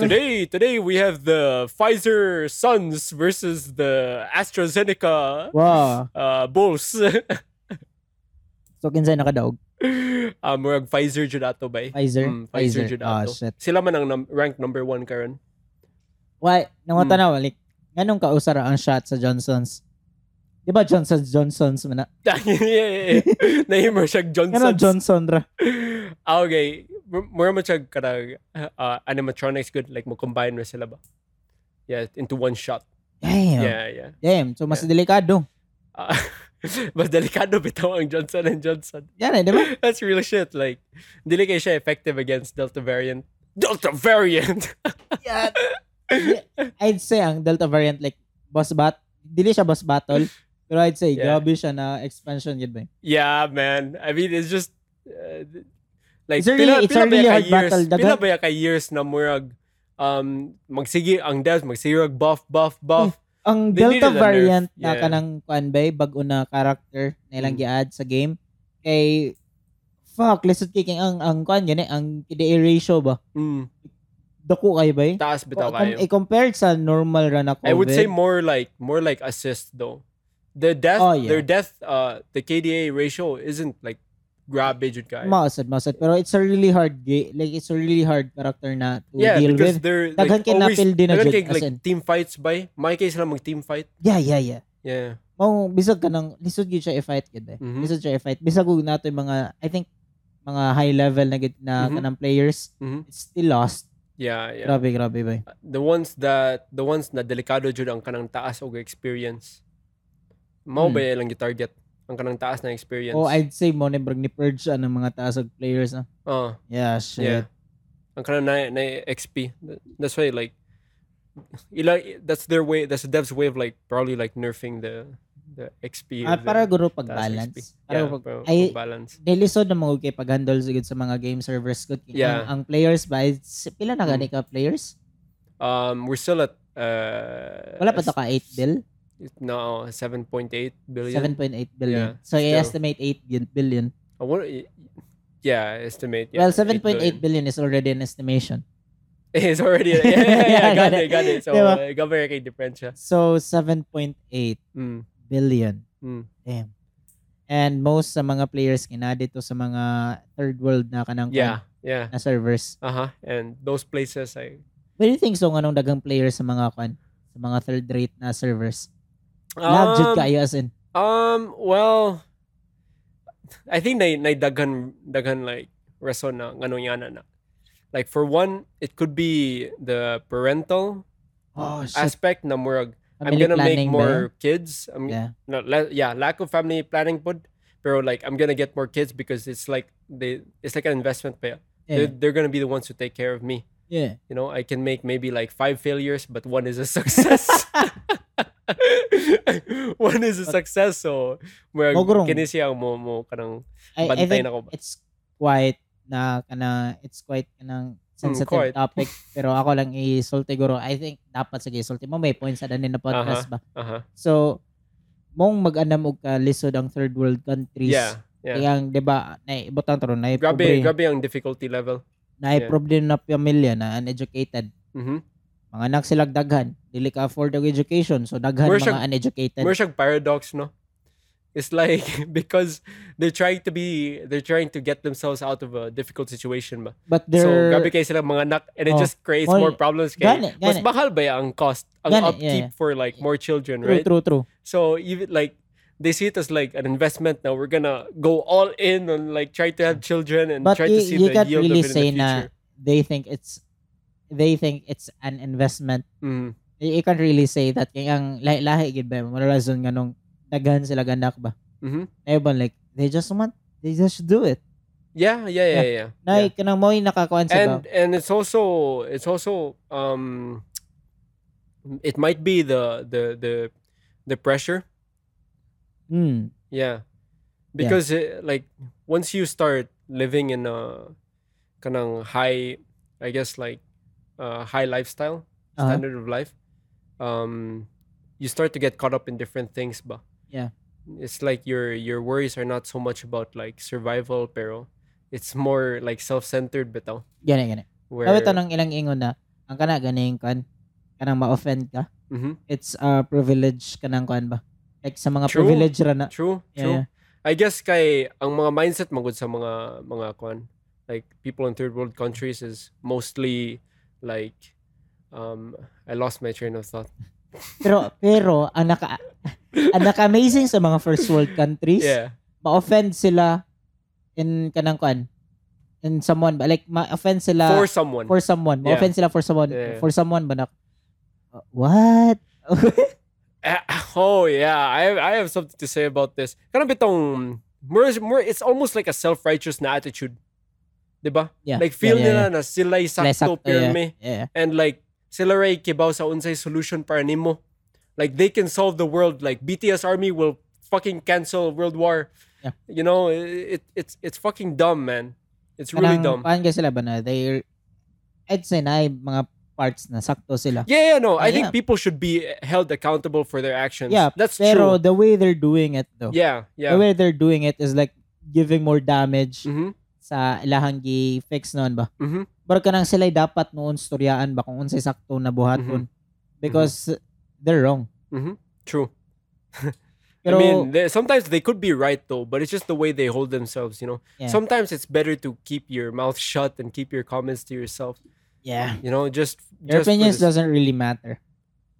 A: today, today we have the Pfizer Suns versus the AstraZeneca
B: Wow.
A: uh, Bulls.
B: So, kinsay nakadaog.
A: uh, murag Pfizer jud ato ba?
B: Pfizer.
A: Mm, Pfizer jud
B: Ah,
A: ato.
B: shit.
A: Sila man ang num- ranked number one karon.
B: Why?
A: Mm.
B: Nangota na, like, ganun ka usara ang shot sa Johnson's? Di ba Johnson's Johnson's man na?
A: yeah, yeah, yeah. Nahimo siya Johnson.
B: Ganun Johnson ra.
A: Ah, okay. M- Mura mo siya karag uh, animatronics good. Like, mo combine mo sila ba? Yeah, into one shot.
B: Damn.
A: Yeah, yeah.
B: Damn. So, mas delikado.
A: Ah, mas delikado bitaw ang Johnson and Johnson.
B: Yan eh, di ba?
A: That's real shit. Like, dili kayo siya effective against Delta variant. Delta variant!
B: Yeah. I'd say ang Delta variant like boss bat dili siya boss battle pero I'd say
A: Yeah.
B: grabe siya na expansion yun eh. ba
A: yeah, man. I mean, it's just... uh, like,
B: It's a
A: pila,
B: really- it's
A: pila
B: a
A: ba ya
B: really
A: ka
B: hard
A: years,
B: battle,
A: Pila
B: dagan.
A: ba ya ka years na murag um, magsigi ang devs, magsirag buff, buff, buff.
B: ang
A: They needed a
B: Delta
A: nerf,
B: variant na
A: yeah.
B: kanang kuan ba bago na character na ilang
A: Mm.
B: gi-add sa game kay fuck lisod kicking ang ang kuan yun eh ang KDA ratio ba
A: Mm,
B: dako kayo ba eh?
A: taas bitaw
B: Kung-
A: kayo.
B: kung i-compare sa normal ra na COVID
A: I would say more like more like assist though. The death
B: Oh, yeah.
A: their death uh the KDA ratio isn't like grabe jud guy.
B: mausad mausad pero it's a really hard game like it's a really hard character na to
A: yeah,
B: deal
A: because
B: with
A: they're
B: daghan
A: like
B: kay
A: always
B: napil din na
A: daghan
B: jud,
A: kay
B: as
A: like
B: in.
A: team fights by may case lang mag team fight.
B: yeah yeah yeah
A: Yeah.
B: mao bisag ka ng lisod gyud siya i-fight gid eh.
A: Mhm.
B: Lisod siya i-fight. Bisag ug nato yung mga I think mga high level na gid na
A: Mhm.
B: kanang players
A: Mhm.
B: it's still lost.
A: Yeah, yeah.
B: Grabe grabe ba.
A: The ones that the ones na delikado jud ang kanang taas og experience. Mao
B: Hmm.
A: ba lang target ang kanang taas na experience.
B: Oh, I'd say mo ni brag ni purge ang mga taasog players na.
A: Uh,
B: Yeah, shit.
A: Yeah. Ang kanang na, na XP. Th- That's why like ila that's their way that's the dev's way of like probably like nerfing the the XP.
B: Ah,
A: of
B: para
A: the
B: guro
A: taas XP.
B: pag-balance. Para
A: Yeah,
B: pag
A: para
B: ay-
A: balance.
B: Delisod na mga kay pag-handle sa gid sa mga game servers good.
A: Yeah. Mm.
B: Ang, ang players ba it's- pila na gani ka players?
A: Um we're still at uh
B: Wala pa to ka 8 bill,
A: No, 7.8 billion.
B: 7.8
A: Yeah,
B: billion. so
A: still.
B: I estimate 8 gin- billion.
A: I wanna- y- Oh, yeah, estimate. Yeah,
B: well,
A: 8
B: 7.8 billion is already an estimation.
A: It's already yeah, yeah, yeah,
B: Yeah,
A: got
B: got
A: it, got it.
B: it.
A: So,
B: Diba?
A: uh, governor kay diferensya.
B: So 7.8
A: Mm.
B: billion.
A: Mm.
B: Damn. And most sa mga players kina dito sa mga third world na kanang
A: Yeah, yeah.
B: na servers.
A: Uh-huh. And those places I
B: What do you think so nga nung dagang players sa mga kan sa mga third rate na servers? Love
A: Um,
B: jud kayo as in.
A: Um, well, I think they they daghan daghan like rason na nganong yana na. Like for one, it could be the parental
B: Oh shit.
A: aspect na murag I'm
B: Family
A: gonna make
B: planning ba
A: more kids. I'm
B: Yeah.
A: no, la- yeah, lack of family planning put pero like I'm gonna get more kids because it's like they it's like an investment pay. They're,
B: Yeah.
A: they're gonna be the ones who take care of me.
B: yeah.
A: You know, I can make maybe like five failures, but one is a success. one is a success, so where
B: Mogrong.
A: kini siya ang mo mo kanang
B: I, I
A: bantay
B: think
A: na ko ba?
B: it's quite na kana it's quite kanang sensitive
A: Hmm, quite.
B: topic pero ako lang isulti guro. I think dapat sige isulti mo may points sa danin na podcast ba.
A: Uh-huh.
B: So, mong mag-anam og ka lisod ang third world countries.
A: Yeah, yeah.
B: Kaya, ang, di ba, naibutang taro,
A: Grabe,
B: naipobre,
A: grabe ang difficulty level.
B: naipobre na pamilya na uneducated.
A: Mhm.
B: mga anak sila daghan dili ka afford og education so daghan
A: More
B: mga
A: siya-
B: uneducated
A: Meron siyang paradox, no? It's like because they're trying to be they're trying to get themselves out of a difficult situation ba.
B: but
A: So
B: they're
A: grabe kayo sila mga anak and it
B: Oh.
A: just creates
B: Well,
A: more problems kay.
B: gani,
A: Mas
B: gani.
A: mahal ba ya ang cost ang
B: Gani, yeah,
A: upkeep for like more children,
B: true,
A: right?
B: true true
A: So even like they see it as like an investment now we're gonna go all in on like try to have children and
B: But
A: try to
B: you-
A: see the
B: you can't
A: yield
B: really
A: of it
B: say
A: in the
B: na
A: future.
B: they think it's they think it's an investment
A: Mm.
B: you, you can't really say that kay ang lahi, lahi gid ba mo reason nga nung daghan sila anak ba
A: Mhm.
B: everyone like they just want they just do it
A: Yeah, yeah, yeah, yeah. yeah.
B: na kanang mo nakakuan sa
A: and and it's also it's also um it might be the the the the pressure
B: mm,
A: yeah because uh, like once you start living in a kanang high i guess like uh high lifestyle
B: Uh-huh.
A: standard of life um you start to get caught up in different things but
B: Yeah.
A: it's like your your worries are not so much about like survival pero it's more like self-centered bitaw
B: gani gani
A: where
B: Kaya tanong ilang ingon na, ang kana ganing kan, kanang ma-offend ka,
A: Mhm.
B: it's a privilege kanang kan ba? Like sa mga
A: True.
B: privilege ra na.
A: True, true.
B: Yeah, yeah.
A: I guess kay ang mga mindset magud sa mga mga kwan like people in third world countries is mostly like um I lost my train of thought.
B: Pero pero ang naka ang naka-amazing sa mga first world countries,
A: Yeah.
B: ma-offend sila in kanang kan in someone ba like ma-offend sila
A: for someone.
B: for someone. Ma-offend sila for someone
A: Yeah.
B: for someone ba na uh, what?
A: Ah, oh yeah, I I have something to say about this. Kanang bitong more, more it's almost like a self-righteous na attitude. 'Di ba?
B: Yeah.
A: Like feel
B: yeah, yeah,
A: nila na sila
B: yeah.
A: sakto
B: Like, yeah.
A: pirmi
B: Yeah.
A: and like sila ray kibaw sa unsay solution para nimo. Like they can solve the world. Like BTS Army will fucking cancel World War.
B: Yeah.
A: You know, it, it it's it's fucking dumb, man. It's really dumb.
B: Paan ka sila ba na they I'd say na ay mga parts na sakto sila.
A: yeah, yeah, no. I think
B: Yeah.
A: people should be held accountable for their actions.
B: Yeah,
A: that's
B: Pero
A: true.
B: the way they're doing it though.
A: Yeah, yeah.
B: The way they're doing it is like giving more damage
A: Mm-hmm,
B: sa ilahang gi-fix noon ba.
A: mm-hmm.
B: Pero kanang sila dapat noon storyaan ba kung unsay sakto na buhaton
A: Mm-hmm.
B: because they're wrong.
A: True.
B: Pero
A: Mm-hmm. I mean, they, sometimes they could be right though, but it's just the way they hold themselves. You know,
B: Yeah.
A: sometimes it's better to keep your mouth shut and keep your comments to yourself.
B: yeah,
A: You know, just
B: your
A: just for
B: opinions
A: the-
B: doesn't really matter.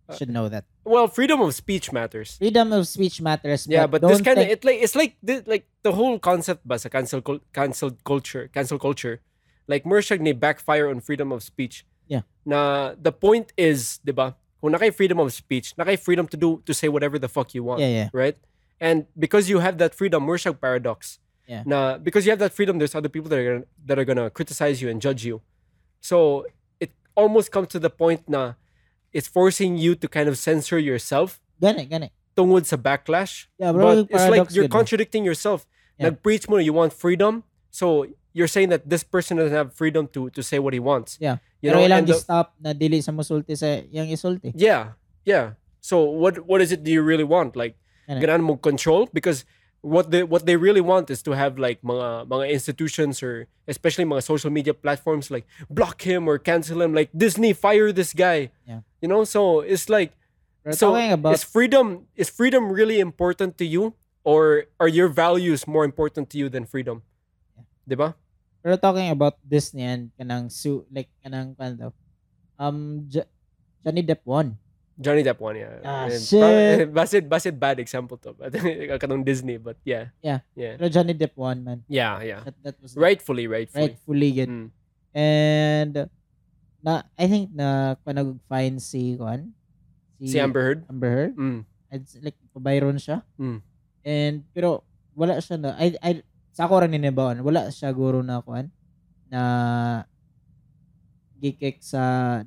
A: Uh,
B: Should know that.
A: well, freedom of speech matters.
B: Freedom of speech matters.
A: Yeah, but, this
B: don't
A: kind of it
B: think-
A: like it's like this, like the whole concept ba sa cancel cul- cancel culture, cancel culture. Like more siyang ni backfire on freedom of speech.
B: Yeah.
A: Na the point is, 'di ba? Kung nakay freedom of speech, nakay freedom to do to say whatever the fuck you want,
B: Yeah, yeah.
A: right? And because you have that freedom, more siyang paradox.
B: Yeah.
A: Na because you have that freedom, there's other people that are gonna, that are gonna criticize you and judge you. So it almost comes to the point na it's forcing you to kind of censor yourself
B: Gani, gani.
A: tungod sa backlash.
B: Yeah, bro,
A: But it's like
B: paradox
A: you're
B: yun, eh.
A: contradicting yourself.
B: Yeah.
A: Nag-preach mo na you want freedom, so you're saying that this person doesn't have freedom to to say what he wants.
B: Yeah.
A: You
B: Pero
A: know,
B: ilang
A: and the-
B: stop na dili sa musulti sa yang isulti.
A: yeah, yeah. So what what is it do you really want? Like
B: Ano?
A: ganan mo control because what they what they really want is to have like mga mga institutions or especially mga social media platforms like block him or cancel him like Disney fire this guy.
B: Yeah.
A: You know, so it's like
B: We're
A: so
B: talking about
A: is freedom is freedom really important to you or are your values more important to you than freedom? Diba?
B: Pero talking about Disney and kanang su like kanang kan daw. Um J- Johnny Depp won.
A: Johnny Depp one, yeah.
B: Ah,
A: And
B: shit.
A: pa- Basit, basit bad example to. But kanong Disney, but yeah.
B: Yeah.
A: Yeah.
B: Pero Johnny Depp won man.
A: Yeah, yeah.
B: That that was
A: Rightfully, rightfully.
B: rightfully good.
A: Mm.
B: And uh, na I think na panag find si Kwan.
A: Si Amber Heard.
B: Amber Heard.
A: Mm.
B: It's like pabayron siya.
A: Mm.
B: And pero wala siya na I I sa ako ra ninibawan, wala siya guro na Kwan na gikik sa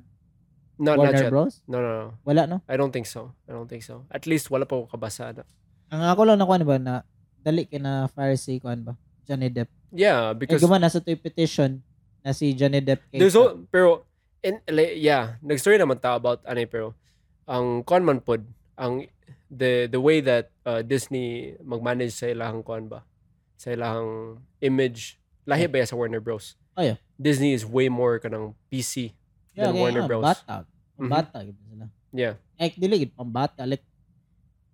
A: Not, not
B: Warner
A: yet.
B: Bros.
A: No, no, no.
B: Wala no.
A: I don't think so. I don't think so. At least wala pa ako kabasa. na-
B: Ang ako lang nakuha ba na dali ka na fire si Kwan ba? Johnny Depp.
A: Yeah, because
B: Because, eh, gumawa, nasa to yung petition na si Johnny Depp kay
A: There's all,
B: Trump.
A: pero, in, like, yeah, nag-story naman ta about, ano eh, pero, ang kuan man pod, ang, the, the way that uh, Disney mag-manage sa ilahang kuan ba? Sa ilahang image, lahi ba yan sa Warner Bros?
B: Oh, yeah.
A: Disney is way more kanang PC than Warner
B: yeah,
A: Bros.
B: Bata.
A: Mhm.
B: Pambata gid sila.
A: Yeah.
B: Like dili gid pambata like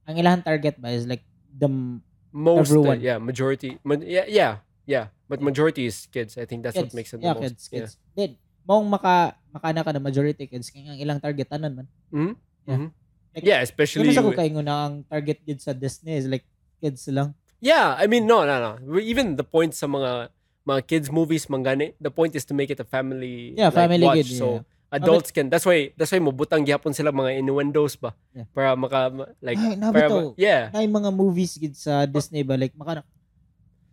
B: ang ilang target ba is like the m-
A: Most uh,
B: Everyone.
A: yeah, majority ma- yeah, yeah, yeah, but majority is kids. I think that's
B: kids.
A: what makes it the
B: yeah,
A: most.
B: kids, kids. Then maong maka makana ka na majority kids kay ang ilang target ano tanan man.
A: Yeah,
B: Kaya
A: especially
B: sa ko
A: with-
B: kay nga na ang target gid sa Disney is like kids lang.
A: Yeah, I mean no, no, no. We- Even the point sa mga mga kids movies mangani, the point is to make it a family
B: Yeah,
A: like,
B: family
A: watch.
B: gid.
A: So
B: yeah.
A: adults can. That's why that's why mabutang gihapon sila mga innuendos ba
B: Yeah. Ah,
A: para maka ma- like
B: Ay, nabi
A: para
B: to.
A: ma- yeah.
B: May mga movies gid sa Disney ba like makana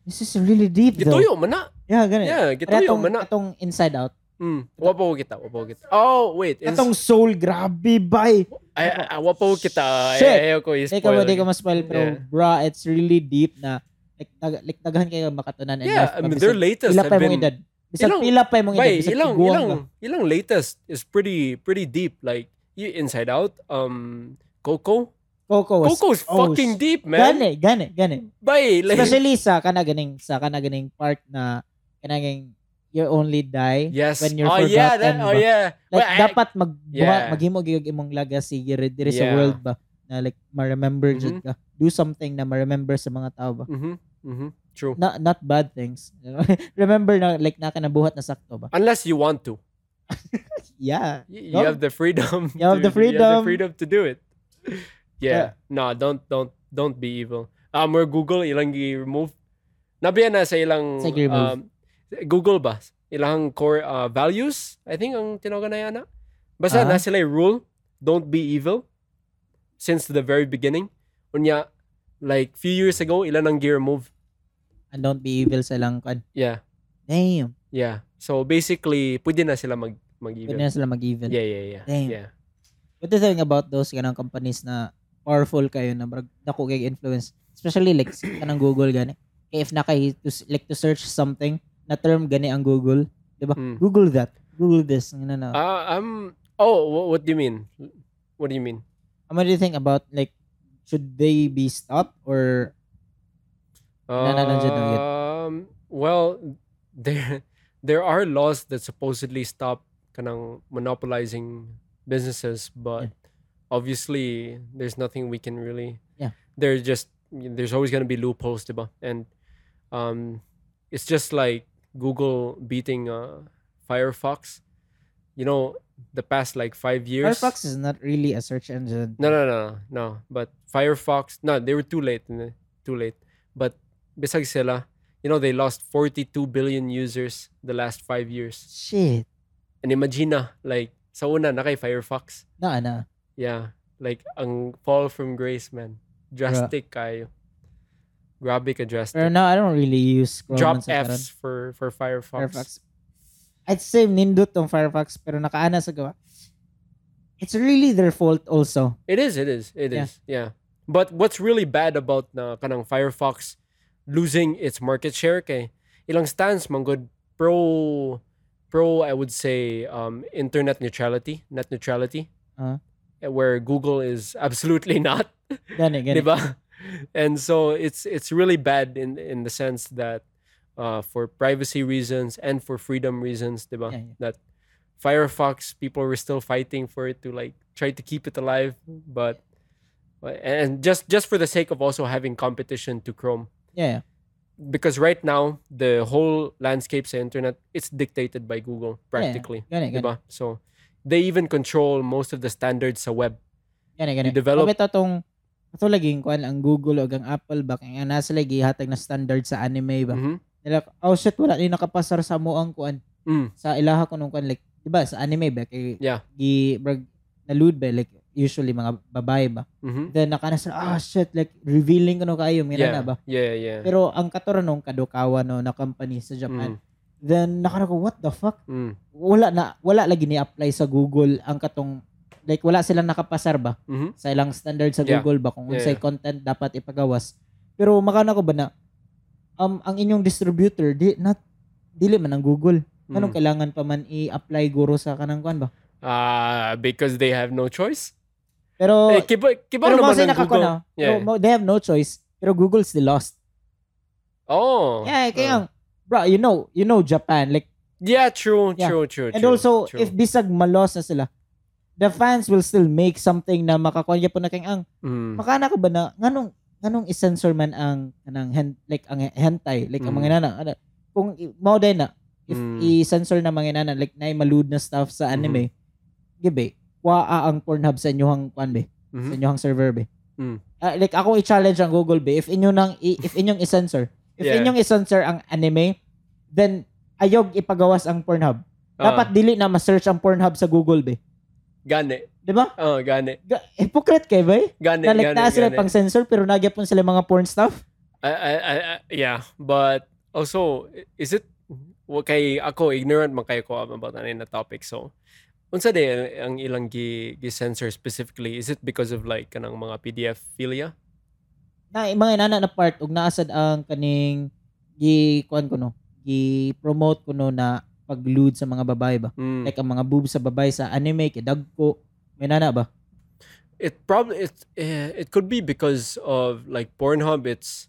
B: This is really deep though.
A: Gituyo man na.
B: Yeah, ganun.
A: Yeah, gituyo
B: Katong,
A: man na.
B: katong Inside Out.
A: Mm. Wapo ko kita, wapo ko kita. Oh, wait. Ins-
B: Katong Soul, grabe, bye.
A: ay, ay, ay, wapo ko kita. Ay,
B: Shit.
A: ayaw ko
B: Hindi ka,
A: i-spoil.
B: di ka ma-spoil, pero
A: Yeah.
B: bra, it's really deep na like, tag, like daghan kayo makatunan. and
A: Yeah, I
B: laugh pa.
A: mean,
B: Bisag
A: their latest
B: Pila
A: have
B: pa yung
A: been
B: edad. Bisag
A: Ilang-
B: pila pa yung edad.
A: Wait,
B: Bisag
A: ilang
B: tiguang
A: ilang ilang latest is pretty pretty deep. Like you Inside Out, um, Coco.
B: ka. Coco was,
A: Coco's
B: oh,
A: fucking
B: sh-
A: deep, man.
B: Gani, gani, gani.
A: Bay, like
B: Especially sa kanaganing, sa kanaganing part na kanaganing you only die.
A: yes.
B: when you're
A: oh yeah, that,
B: forgotten,
A: oh
B: ba?
A: yeah.
B: Like,
A: Well, I-
B: dapat mag,
A: Yeah.
B: maghimo gyud imong legacy gyud diri sa
A: Yeah. Mm-hmm.
B: world ba na like ma-remember jud ka. Do something na ma-remember sa mga tao ba.
A: Mhm, mhm, True.
B: Not not bad things. Remember na like nakanabuhat na sakto ba.
A: Unless you want to,
B: Yeah.
A: you, you
B: No.
A: have the freedom.
B: You have
A: to-
B: the freedom.
A: freedom to do it. Yeah.
B: Yeah.
A: No, don't don't don't be evil. Ah, more Google ilang gi-remove. Nabiya na sa ilang
B: Sa gi-remove.
A: um, Google ba? Ilang core uh, values, I think ang tinawagan na yan. ah. Basta
B: Ah.
A: na sila yung rule, don't be evil since the very beginning. Unya like few years ago, ilan ang gi-remove.
B: And don't be evil sa lang kan.
A: Yeah.
B: Damn.
A: Yeah. So basically, pwede na sila mag
B: Pwede
A: mag-evil.
B: na sila mag-evil.
A: Yeah, yeah, yeah.
B: Damn.
A: Yeah.
B: What the thing about those kanang companies na powerful kayo na brag dako kay influence especially like sa kanang Google gani Kay if na kay to, s- like to search something na term gani ang Google
A: Mm.
B: Google that Google this ngano na
A: Ah, um oh, wha- what do you mean? What do you mean?
B: um, what do you think about like should they be stopped or No, no, no, just do it.
A: Um, well, there there are laws that supposedly stop kanang monopolizing businesses, but obviously there's nothing we can really.
B: Yeah.
A: There's just there's always gonna be loopholes, diba? And um, it's just like Google beating uh, Firefox. You know, the past like five years.
B: Firefox is not really a search engine
A: No, no, no, no. But Firefox, no, they were too late. n- Too late. But bisag sila, you know, they lost 42 billion users the last five years.
B: shit
A: And imagine na, like, sa una na kay Firefox.
B: na na
A: Yeah. Like, ang fall from grace, man. Drastic kayo. Grabe ka
B: Pero
A: drastic.
B: now I don't really use Chrome
A: Drop
B: man sa karon.
A: Fs for, for Firefox.
B: Firefox. I'd say nindot tong Firefox pero nakaana sa gawa. It's really their fault also.
A: It is, it is, it is.
B: Yeah.
A: yeah. But what's really bad about na kanang Firefox losing its market share kay ilang stance man good pro pro I would say um internet neutrality, net neutrality.
B: Uh-huh.
A: eh, Where Google is absolutely not,
B: Gani, gani.
A: diba? And so it's it's really bad in in the sense that uh, for privacy reasons and for freedom reasons, diba?
B: Yeah, yeah.
A: That Firefox people were still fighting for it to like try to keep it alive, but and just just for the sake of also having competition to Chrome,
B: Yeah. yeah.
A: because right now the whole landscape sa internet it's dictated by Google practically,
B: Gani, gani.
A: diba? So they even control most of the standards sa web.
B: Gani, gani.
A: You develop-
B: Kami tong ato lagi kuan ang Google o ang Apple ba kaya nasa lagi hatag na standard sa anime ba.
A: Mhm.
B: Nila oh shit wala ni nakapasar sa mo ang kuan
A: Mm.
B: sa ilaha ko nung kuan like di ba sa anime ba kay
A: Yeah.
B: gi brag nalude ba like usually mga babae ba.
A: Mhm.
B: Then nakana sa ah shit like revealing ko kayo mina na ba.
A: Yeah, yeah.
B: Pero ang katuran nung kadokawa no na company sa Japan. Then nakara ko what the fuck?
A: Mm.
B: Wala na wala lagi ni-apply sa Google ang katong like wala silang nakapasar ba
A: Mm. Mhm.
B: sa ilang standard sa
A: Yeah.
B: Google ba kung
A: Yeah,
B: unsay content dapat ipagawas. Pero makana ko ba na um ang inyong distributor di not dili man ang Google. Anong
A: Mm.
B: kailangan pa man i-apply guro sa kanang kuan ba?
A: Ah, because they have no choice.
B: Pero
A: eh, kiba, kiba
B: Oh. pero
A: naman ang
B: mga
A: Google.
B: nakakuha na. Pero
A: Yeah.
B: mo- they have no choice. Pero Google still lost.
A: Oh.
B: Yeah, kaya
A: Oh.
B: ang- bro, you know, you know Japan like
A: Yeah, true,
B: Yeah.
A: true, true,
B: And
A: true,
B: also,
A: true.
B: if bisag malos na sila, the fans will still make something na makakuan gyapon na kay ang
A: Mm.
B: makana ka ba na nganong nganong i-censor man ang kanang hen, like ang hentai like ang
A: Mm.
B: mga nana ana, kung i- mao day na if
A: Mm.
B: i-censor na mga nana like na malud na stuff sa anime gibe waa ang Pornhub sa inyong kuan be sa
A: Mhm.
B: inyong server be
A: Mm.
B: Ah, like ako i-challenge ang Google be if inyo nang i- if inyong i-censor if
A: Yeah.
B: inyong i-censor ang anime then ayog ipagawas ang Pornhub
A: Ah,
B: dapat dili na ma-search ang Pornhub sa Google be
A: gani.
B: di ba
A: Oh, gani.
B: Ga- hypocrite kay ba eh?
A: Gani, gani,
B: Naligtas sila
A: gani.
B: pang censor pero nagyapon sila mga porn stuff.
A: I, I, I- I- yeah, but also, i- is it, wa- kay ako, ignorant man kayo ko about any na topic, so, unsa de ang ilang gi, gi-censor specifically? Is it because of like, kanang mga PDF filia?
B: Na mga inana na part ug naasad ang kaning gi kuan ko no, gi promote ko no na paglude sa mga babae ba.
A: Mm.
B: Like ang mga boobs sa babae sa anime kay dagko. May nana ba?
A: it probably it eh, it could be because of like Pornhub it's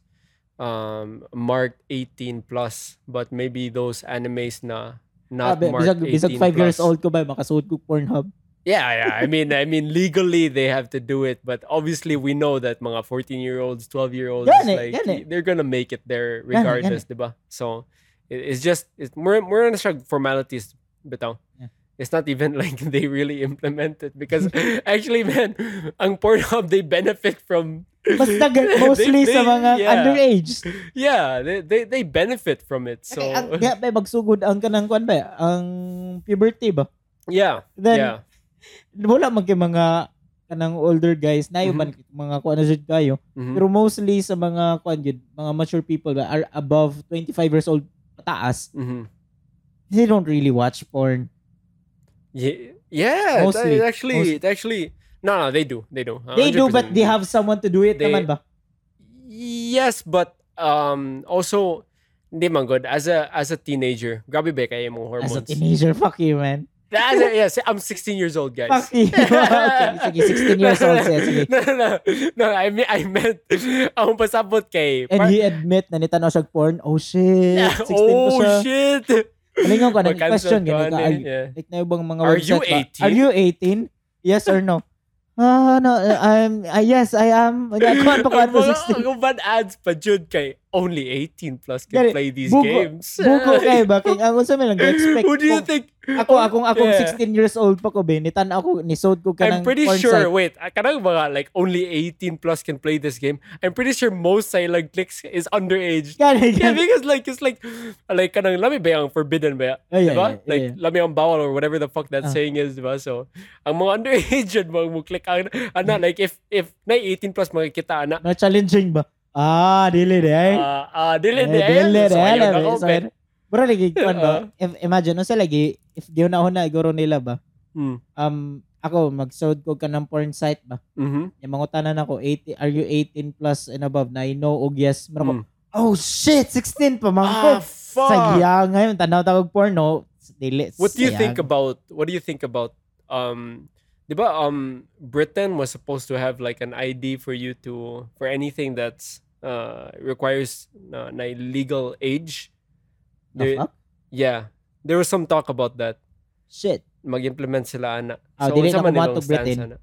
A: um marked 18 plus but maybe those animes na
B: Ah,
A: not
B: bi-
A: marked 18
B: bisag bisag 5
A: plus.
B: years old ko ba makasuod ko Pornhub.
A: Yeah, yeah. I mean, I mean legally they have to do it, but obviously we know that mga 14 year olds, 12 year olds
B: Yan eh,
A: like
B: yan eh.
A: they're gonna make it there
B: Yan eh, yan
A: regardless, diba? So it, it's just it's more more na siya formalities bitaw.
B: Yeah.
A: It's not even like they really implement it because actually man, ang Pornhub they benefit from
B: Mas dagat mostly
A: They-
B: sa
A: they-
B: mga
A: yeah.
B: underage.
A: Yeah, they they, they benefit from it. So
B: So, ang diha ba magsugod ang kanang kuan ba? Ang puberty ba?
A: yeah.
B: Then
A: yeah.
B: wala man kay mga kanang older guys na
A: Mhm.
B: yun man mga kuan na jud kayo.
A: Mhm.
B: Pero mostly sa mga kuan yun, mga mature people that are above 25 years old pataas,
A: Mhm.
B: they don't really watch porn.
A: Ye- Yeah, it-
B: Mostly.
A: it actually, it actually. No, no, they do, they do.
B: They do but
A: 100%
B: they have someone to do it
A: Ah, They-
B: naman ba?
A: Yes, but um, also, hindi man good as a as a teenager. Grabe ba kayo mong hormones?
B: As a teenager, fuck you man.
A: As a- yes, I'm 16 years old, guys.
B: Fuck you. okay, sige, 16 years
A: No, no,
B: old siya, sige.
A: No, no, no, no. I mean, I meant ang pasabot kay.
B: And
A: par-
B: he admit na nitanaw siya og porn. Oh shit. 16 pa
A: oh
B: siya.
A: shit!
B: Alingaw ko na
A: Mag-cancel
B: question
A: ka,
B: gani ka.
A: ano,
B: Are,
A: yeah.
B: like na ibang mga
A: Are you
B: website ba? Are you 18? Yes or no? Ah, no, I'm, ah, yes, I am. Kuhan pa,
A: Ang
B: kuhan pa,
A: mga
B: 16.
A: ang bad ads pa jud kay only 18 plus can
B: Dali,
A: play these
B: bugo-
A: games.
B: Buko kayo ba? Kaya ang unsa man lang expect.
A: Who do you
B: Kung
A: think?
B: Ako, akong, akong
A: Yeah.
B: 16 years old pa ko, binitan ako, nisold ko ka
A: I'm
B: ng
A: pretty
B: porn
A: sure.
B: site.
A: Wait, ah, kanang mga like only 18 plus can play this game. I'm pretty sure most silent clicks is underage.
B: Ganyan,
A: Yeah,
B: ganyan.
A: because like it's like like kanang lami ba yung forbidden ba?
B: Oh, yeah,
A: diba?
B: yeah, yeah,
A: like
B: yeah.
A: lami ang bawal or whatever the fuck that
B: Ah.
A: saying is, diba? So, ang mga underage yun, mga mo click ang ana like if if na 18 plus makikita ana
B: Na challenging ba? Ah, dili de.
A: ah
B: ay.
A: ah, dili
B: Eh,
A: na eh.
B: dili de.
A: So, ayun,
B: alam eh.
A: ako,
B: So,
A: bet.
B: Bro, lagi, kuhan ba?
A: Ah.
B: If, imagine, unsa lagi, if giyon na ako na, iguro nila ba?
A: Mm.
B: Um, ako, mag-sold ko ka ng porn site ba?
A: Mhm.
B: Yung mga tanan ako, 18, are you 18 plus and above? Na I know og yes. Mara ko,
A: Mm.
B: oh shit, 16 pa man ko.
A: Ah, fuck.
B: Sayang ngayon, tanaw tawag porno. Dili,
A: What do you think
B: sayang.
A: about what do you think about um diba um Britain was supposed to have like an ID for you to for anything that's uh requires uh, na legal age.
B: The
A: There-
B: fuck?
A: yeah. There was some talk about that.
B: Shit.
A: Mag-implement sila ana.
B: Ah, dili
A: unsa
B: na
A: man
B: kumuha
A: ilang
B: to Britain.
A: stance ana?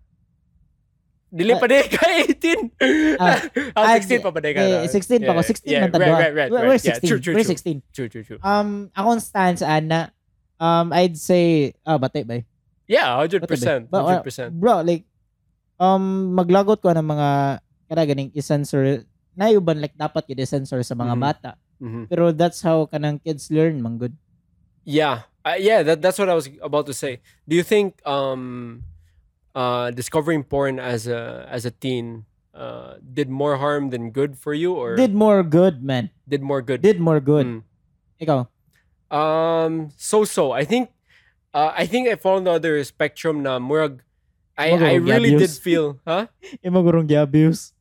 A: Dili
B: Ah,
A: pa di ka 18.
B: ah,
A: Ah,
B: ah,
A: 16 pa ba di ka?
B: Eh, 16 pa ko. 16 man tanda.
A: Right, right, right.
B: We're,
A: right.
B: we're
A: Yeah,
B: 16.
A: true, true,
B: we're
A: true.
B: 16.
A: True, true, true.
B: Um, akong stance, Ana, um, I'd say, ah, batay ba? eh?
A: Yeah, 100%.
B: Batay
A: 100%.
B: ba eh? Ba- ah, Bro, like, um, maglagot ko ng mga, kaya ganing, isensor, nayuban, like, dapat yun isensor sa mga
A: Mhm.
B: bata.
A: Mhm.
B: Pero that's how kanang kids learn, manggod.
A: Yeah, uh, yeah. That, that's what I was about to say. Do you think um, uh, discovering porn as a as a teen uh, did more harm than good for you, or Mm.
B: Did more good, man.
A: did more good?
B: Did more good. Ikaw,
A: Um, so so. I think uh, I think I fall on the other spectrum. Na murag, I
B: Murag
A: I
B: ang
A: really did
B: abuse.
A: feel, huh?
B: imo gurong gi-abuse.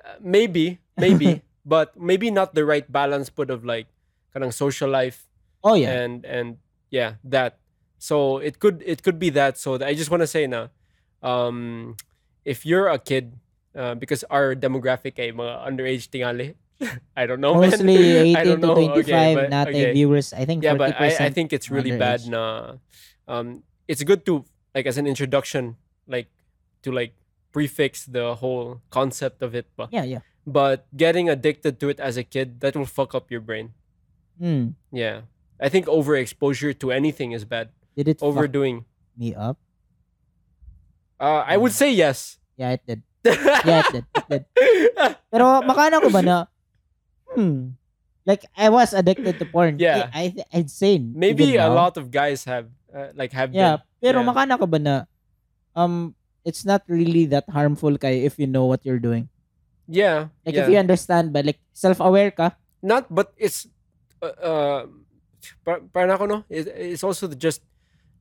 A: Uh, maybe maybe, but maybe not the right balance. Put of like, kanang social life
B: Oh, yeah.
A: and and yeah that so it could it could be that so i just want to say na um if you're a kid uh, because our demographic ay mga underage tingali i don't know man.
B: Mostly 18
A: I don't
B: to
A: know.
B: 25
A: Okay, but-
B: natin
A: okay.
B: viewers. I think 40%
A: yeah but i, I think it's really bad
B: underage.
A: na um it's good to like as an introduction like to like prefix the whole concept of it ba?
B: Yeah, yeah.
A: but getting addicted to it as a kid that will fuck up your brain
B: Mm.
A: yeah i think overexposure to anything is bad
B: Did it fuck
A: overdoing
B: me up?
A: uh, i would say yes
B: Yeah, it did. Mm. Yeah, it did. It did. Pero makana ko ba na hmm, like I was addicted to porn.
A: Yeah.
B: I, I I'd say
A: maybe
B: even
A: a
B: now.
A: lot of guys have uh, like have
B: Yeah,
A: been.
B: pero
A: Yeah.
B: makana ka ba na um it's not really that harmful kay if you know what you're doing.
A: yeah
B: Like
A: yeah.
B: if you understand ba like self-aware ka.
A: not but it's uh, uh par- parang ako, no? It, it's also the just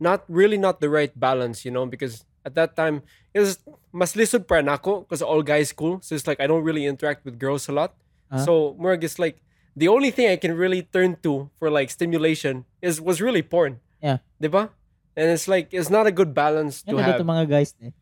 A: not really not the right balance you know because at that time it was mas lisod parang ako because all guys cool so it's like I don't really interact with girls a lot
B: Ah.
A: so murag is like the only thing I can really turn to for like stimulation is was really porn
B: Yeah.
A: diba and it's like it's not a good balance to
B: Ano
A: have
B: dito mga guys eh.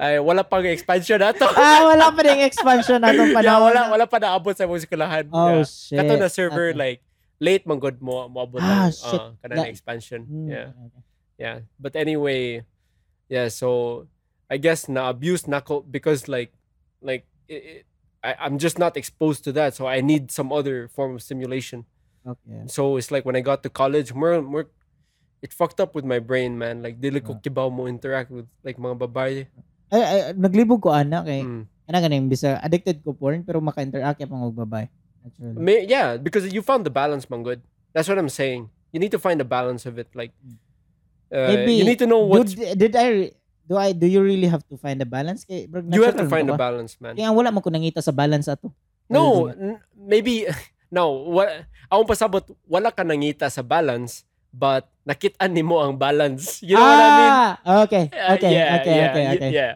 A: ay wala pang expansion na to
B: Ah, wala pa ring expansion natong
A: yeah,
B: panahon.
A: wala wala pa naabot sa musikalahan
B: Oh
A: Yeah.
B: shit.
A: Kato na server
B: Okay.
A: like late man gud mo moabot
B: Ah,
A: ang
B: shit.
A: uh, kanang
B: Like-
A: expansion.
B: Hmm,
A: Yeah.
B: okay, okay.
A: Yeah. But anyway, yeah, so I guess na abuse nako because like like it, it, I, I'm just not exposed to that, so I need some other form of stimulation.
B: Okay.
A: So it's like when I got to college, more more it fucked up with my brain, man. Like dili ko kibaw mo interact with like mga babae.
B: Ay, ay, naglibog ko anak eh.
A: Mm.
B: Ano ganing bisa addicted ko porn pero maka-interact yung mga babae. Naturally.
A: May, yeah, because you found the balance, man. Good. That's what I'm saying. You need to find the balance of it. Like, uh,
B: Maybe
A: you need to know
B: Do,
A: what
B: did I re- do I do you really have to find a balance kay bro?
A: you have to find a balance, man.
B: Kaya wala man ko nangita sa balance ato.
A: No,
B: Wala din
A: n- maybe no. Wa, akong pasabot, wala ka nangita sa balance, but nakitaan ni mo ang balance. You know what I mean?
B: Ah, Okay.
A: Uh,
B: Okay.
A: yeah,
B: okay,
A: yeah,
B: okay.
A: y-
B: Okay.
A: Yeah.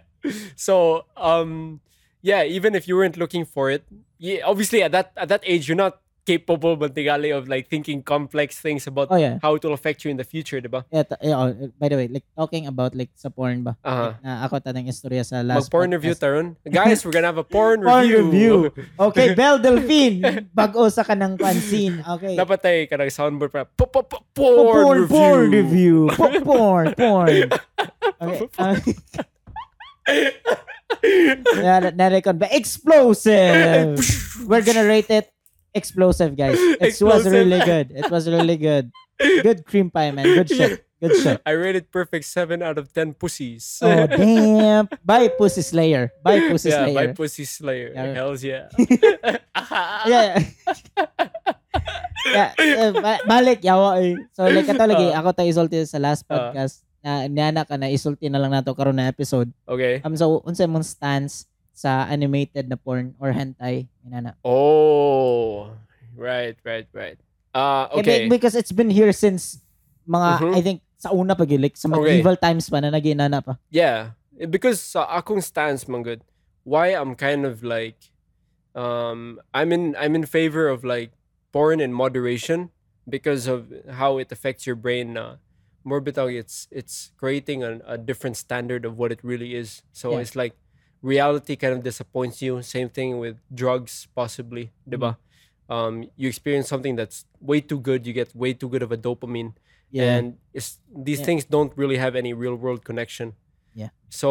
A: So, um, yeah, even if you weren't looking for it, yeah, obviously at that at that age you're not capable mantigali of like thinking complex things about
B: Oh yeah.
A: how it will affect you in the future, diba?
B: Yeah, ta- yeah, oh, by the way, like talking about like sa porn ba?
A: Uh-huh.
B: Na ako tanang istorya sa last
A: Mag-porn review
B: podcast.
A: taron. Guys, we're gonna have a porn,
B: Porn
A: review.
B: Okay, Belle Delphine, bag-o sa kanang pansin. Okay.
A: Napatay ka ng soundboard para po, po, po,
B: Po-
A: porn,
B: porn
A: review.
B: review. Po- porn, porn. Okay. ah, na, na-record ba? Explosive! We're gonna rate it explosive, guys. It was
A: Explosive.
B: really good. It was really good. Good cream pie, man. Good shit. Good shit.
A: I rated perfect 7 out of 10 pussies.
B: Oh, damn. Bye, Pussy Slayer. Bye, Pussy
A: yeah,
B: Slayer.
A: by Pussy Slayer.
B: Yeah.
A: Hells yeah.
B: yeah. yeah. eh, ba- balik, yawa eh. So like kato lagi,
A: Ah.
B: ako tayo isulti sa
A: Ah.
B: last podcast na nana ka na isulti na lang nato karon na episode.
A: Okay.
B: Um, so unsa mong stance sa animated na porn or hentai inana.
A: Oh. Right, right, right. Uh,
B: Eh,
A: okay.
B: be- because it's been here since mga
A: Mhm.
B: I think sa una pa gyud, like sa
A: Okay.
B: medieval times pa na naginana pa.
A: Yeah. Because sa akong stance man good, why I'm kind of like um I'm in I'm in favor of like porn in moderation because of how it affects your brain uh more bitag it's it's creating an, a different standard of what it really is. So
B: Yeah.
A: it's like reality kind of disappoints you. Same thing with drugs possibly, diba? Um you experience something that's way too good, you get way too good of a dopamine
B: Yeah.
A: and it's, these
B: Yeah.
A: things don't really have any real world connection.
B: Yeah.
A: So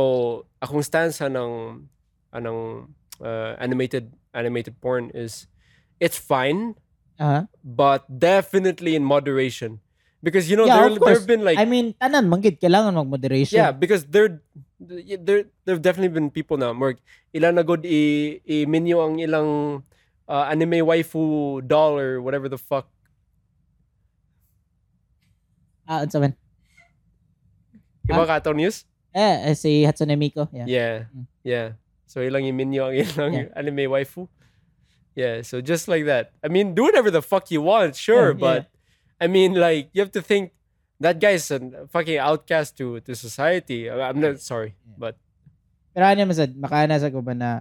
A: akong stance ng anong uh, animated animated porn is it's fine
B: Uh-huh.
A: but definitely in moderation because you know
B: Yeah,
A: there
B: of
A: there
B: course.
A: have been like
B: I mean, tanan manggid kailangan mag moderation.
A: yeah because there there there have definitely been people na Merg, ilan na good i, i minyo ang ilang uh, anime waifu doll or whatever the fuck
B: Ah, unsa man? Ah.
A: Iba ka to news?
B: Eh, eh, si Hatsune Miku. Yeah.
A: Yeah.
B: Mm.
A: Yeah. So ilang iminyo ang ilang
B: Yeah.
A: anime waifu. Yeah, so just like that. I mean, do whatever the fuck you want, sure,
B: Yeah, yeah.
A: but I mean like you have to think that guy's a fucking outcast to to society. I- I'm not sorry,
B: Yeah.
A: but
B: Pero ano man sad, makaana sa ko ba na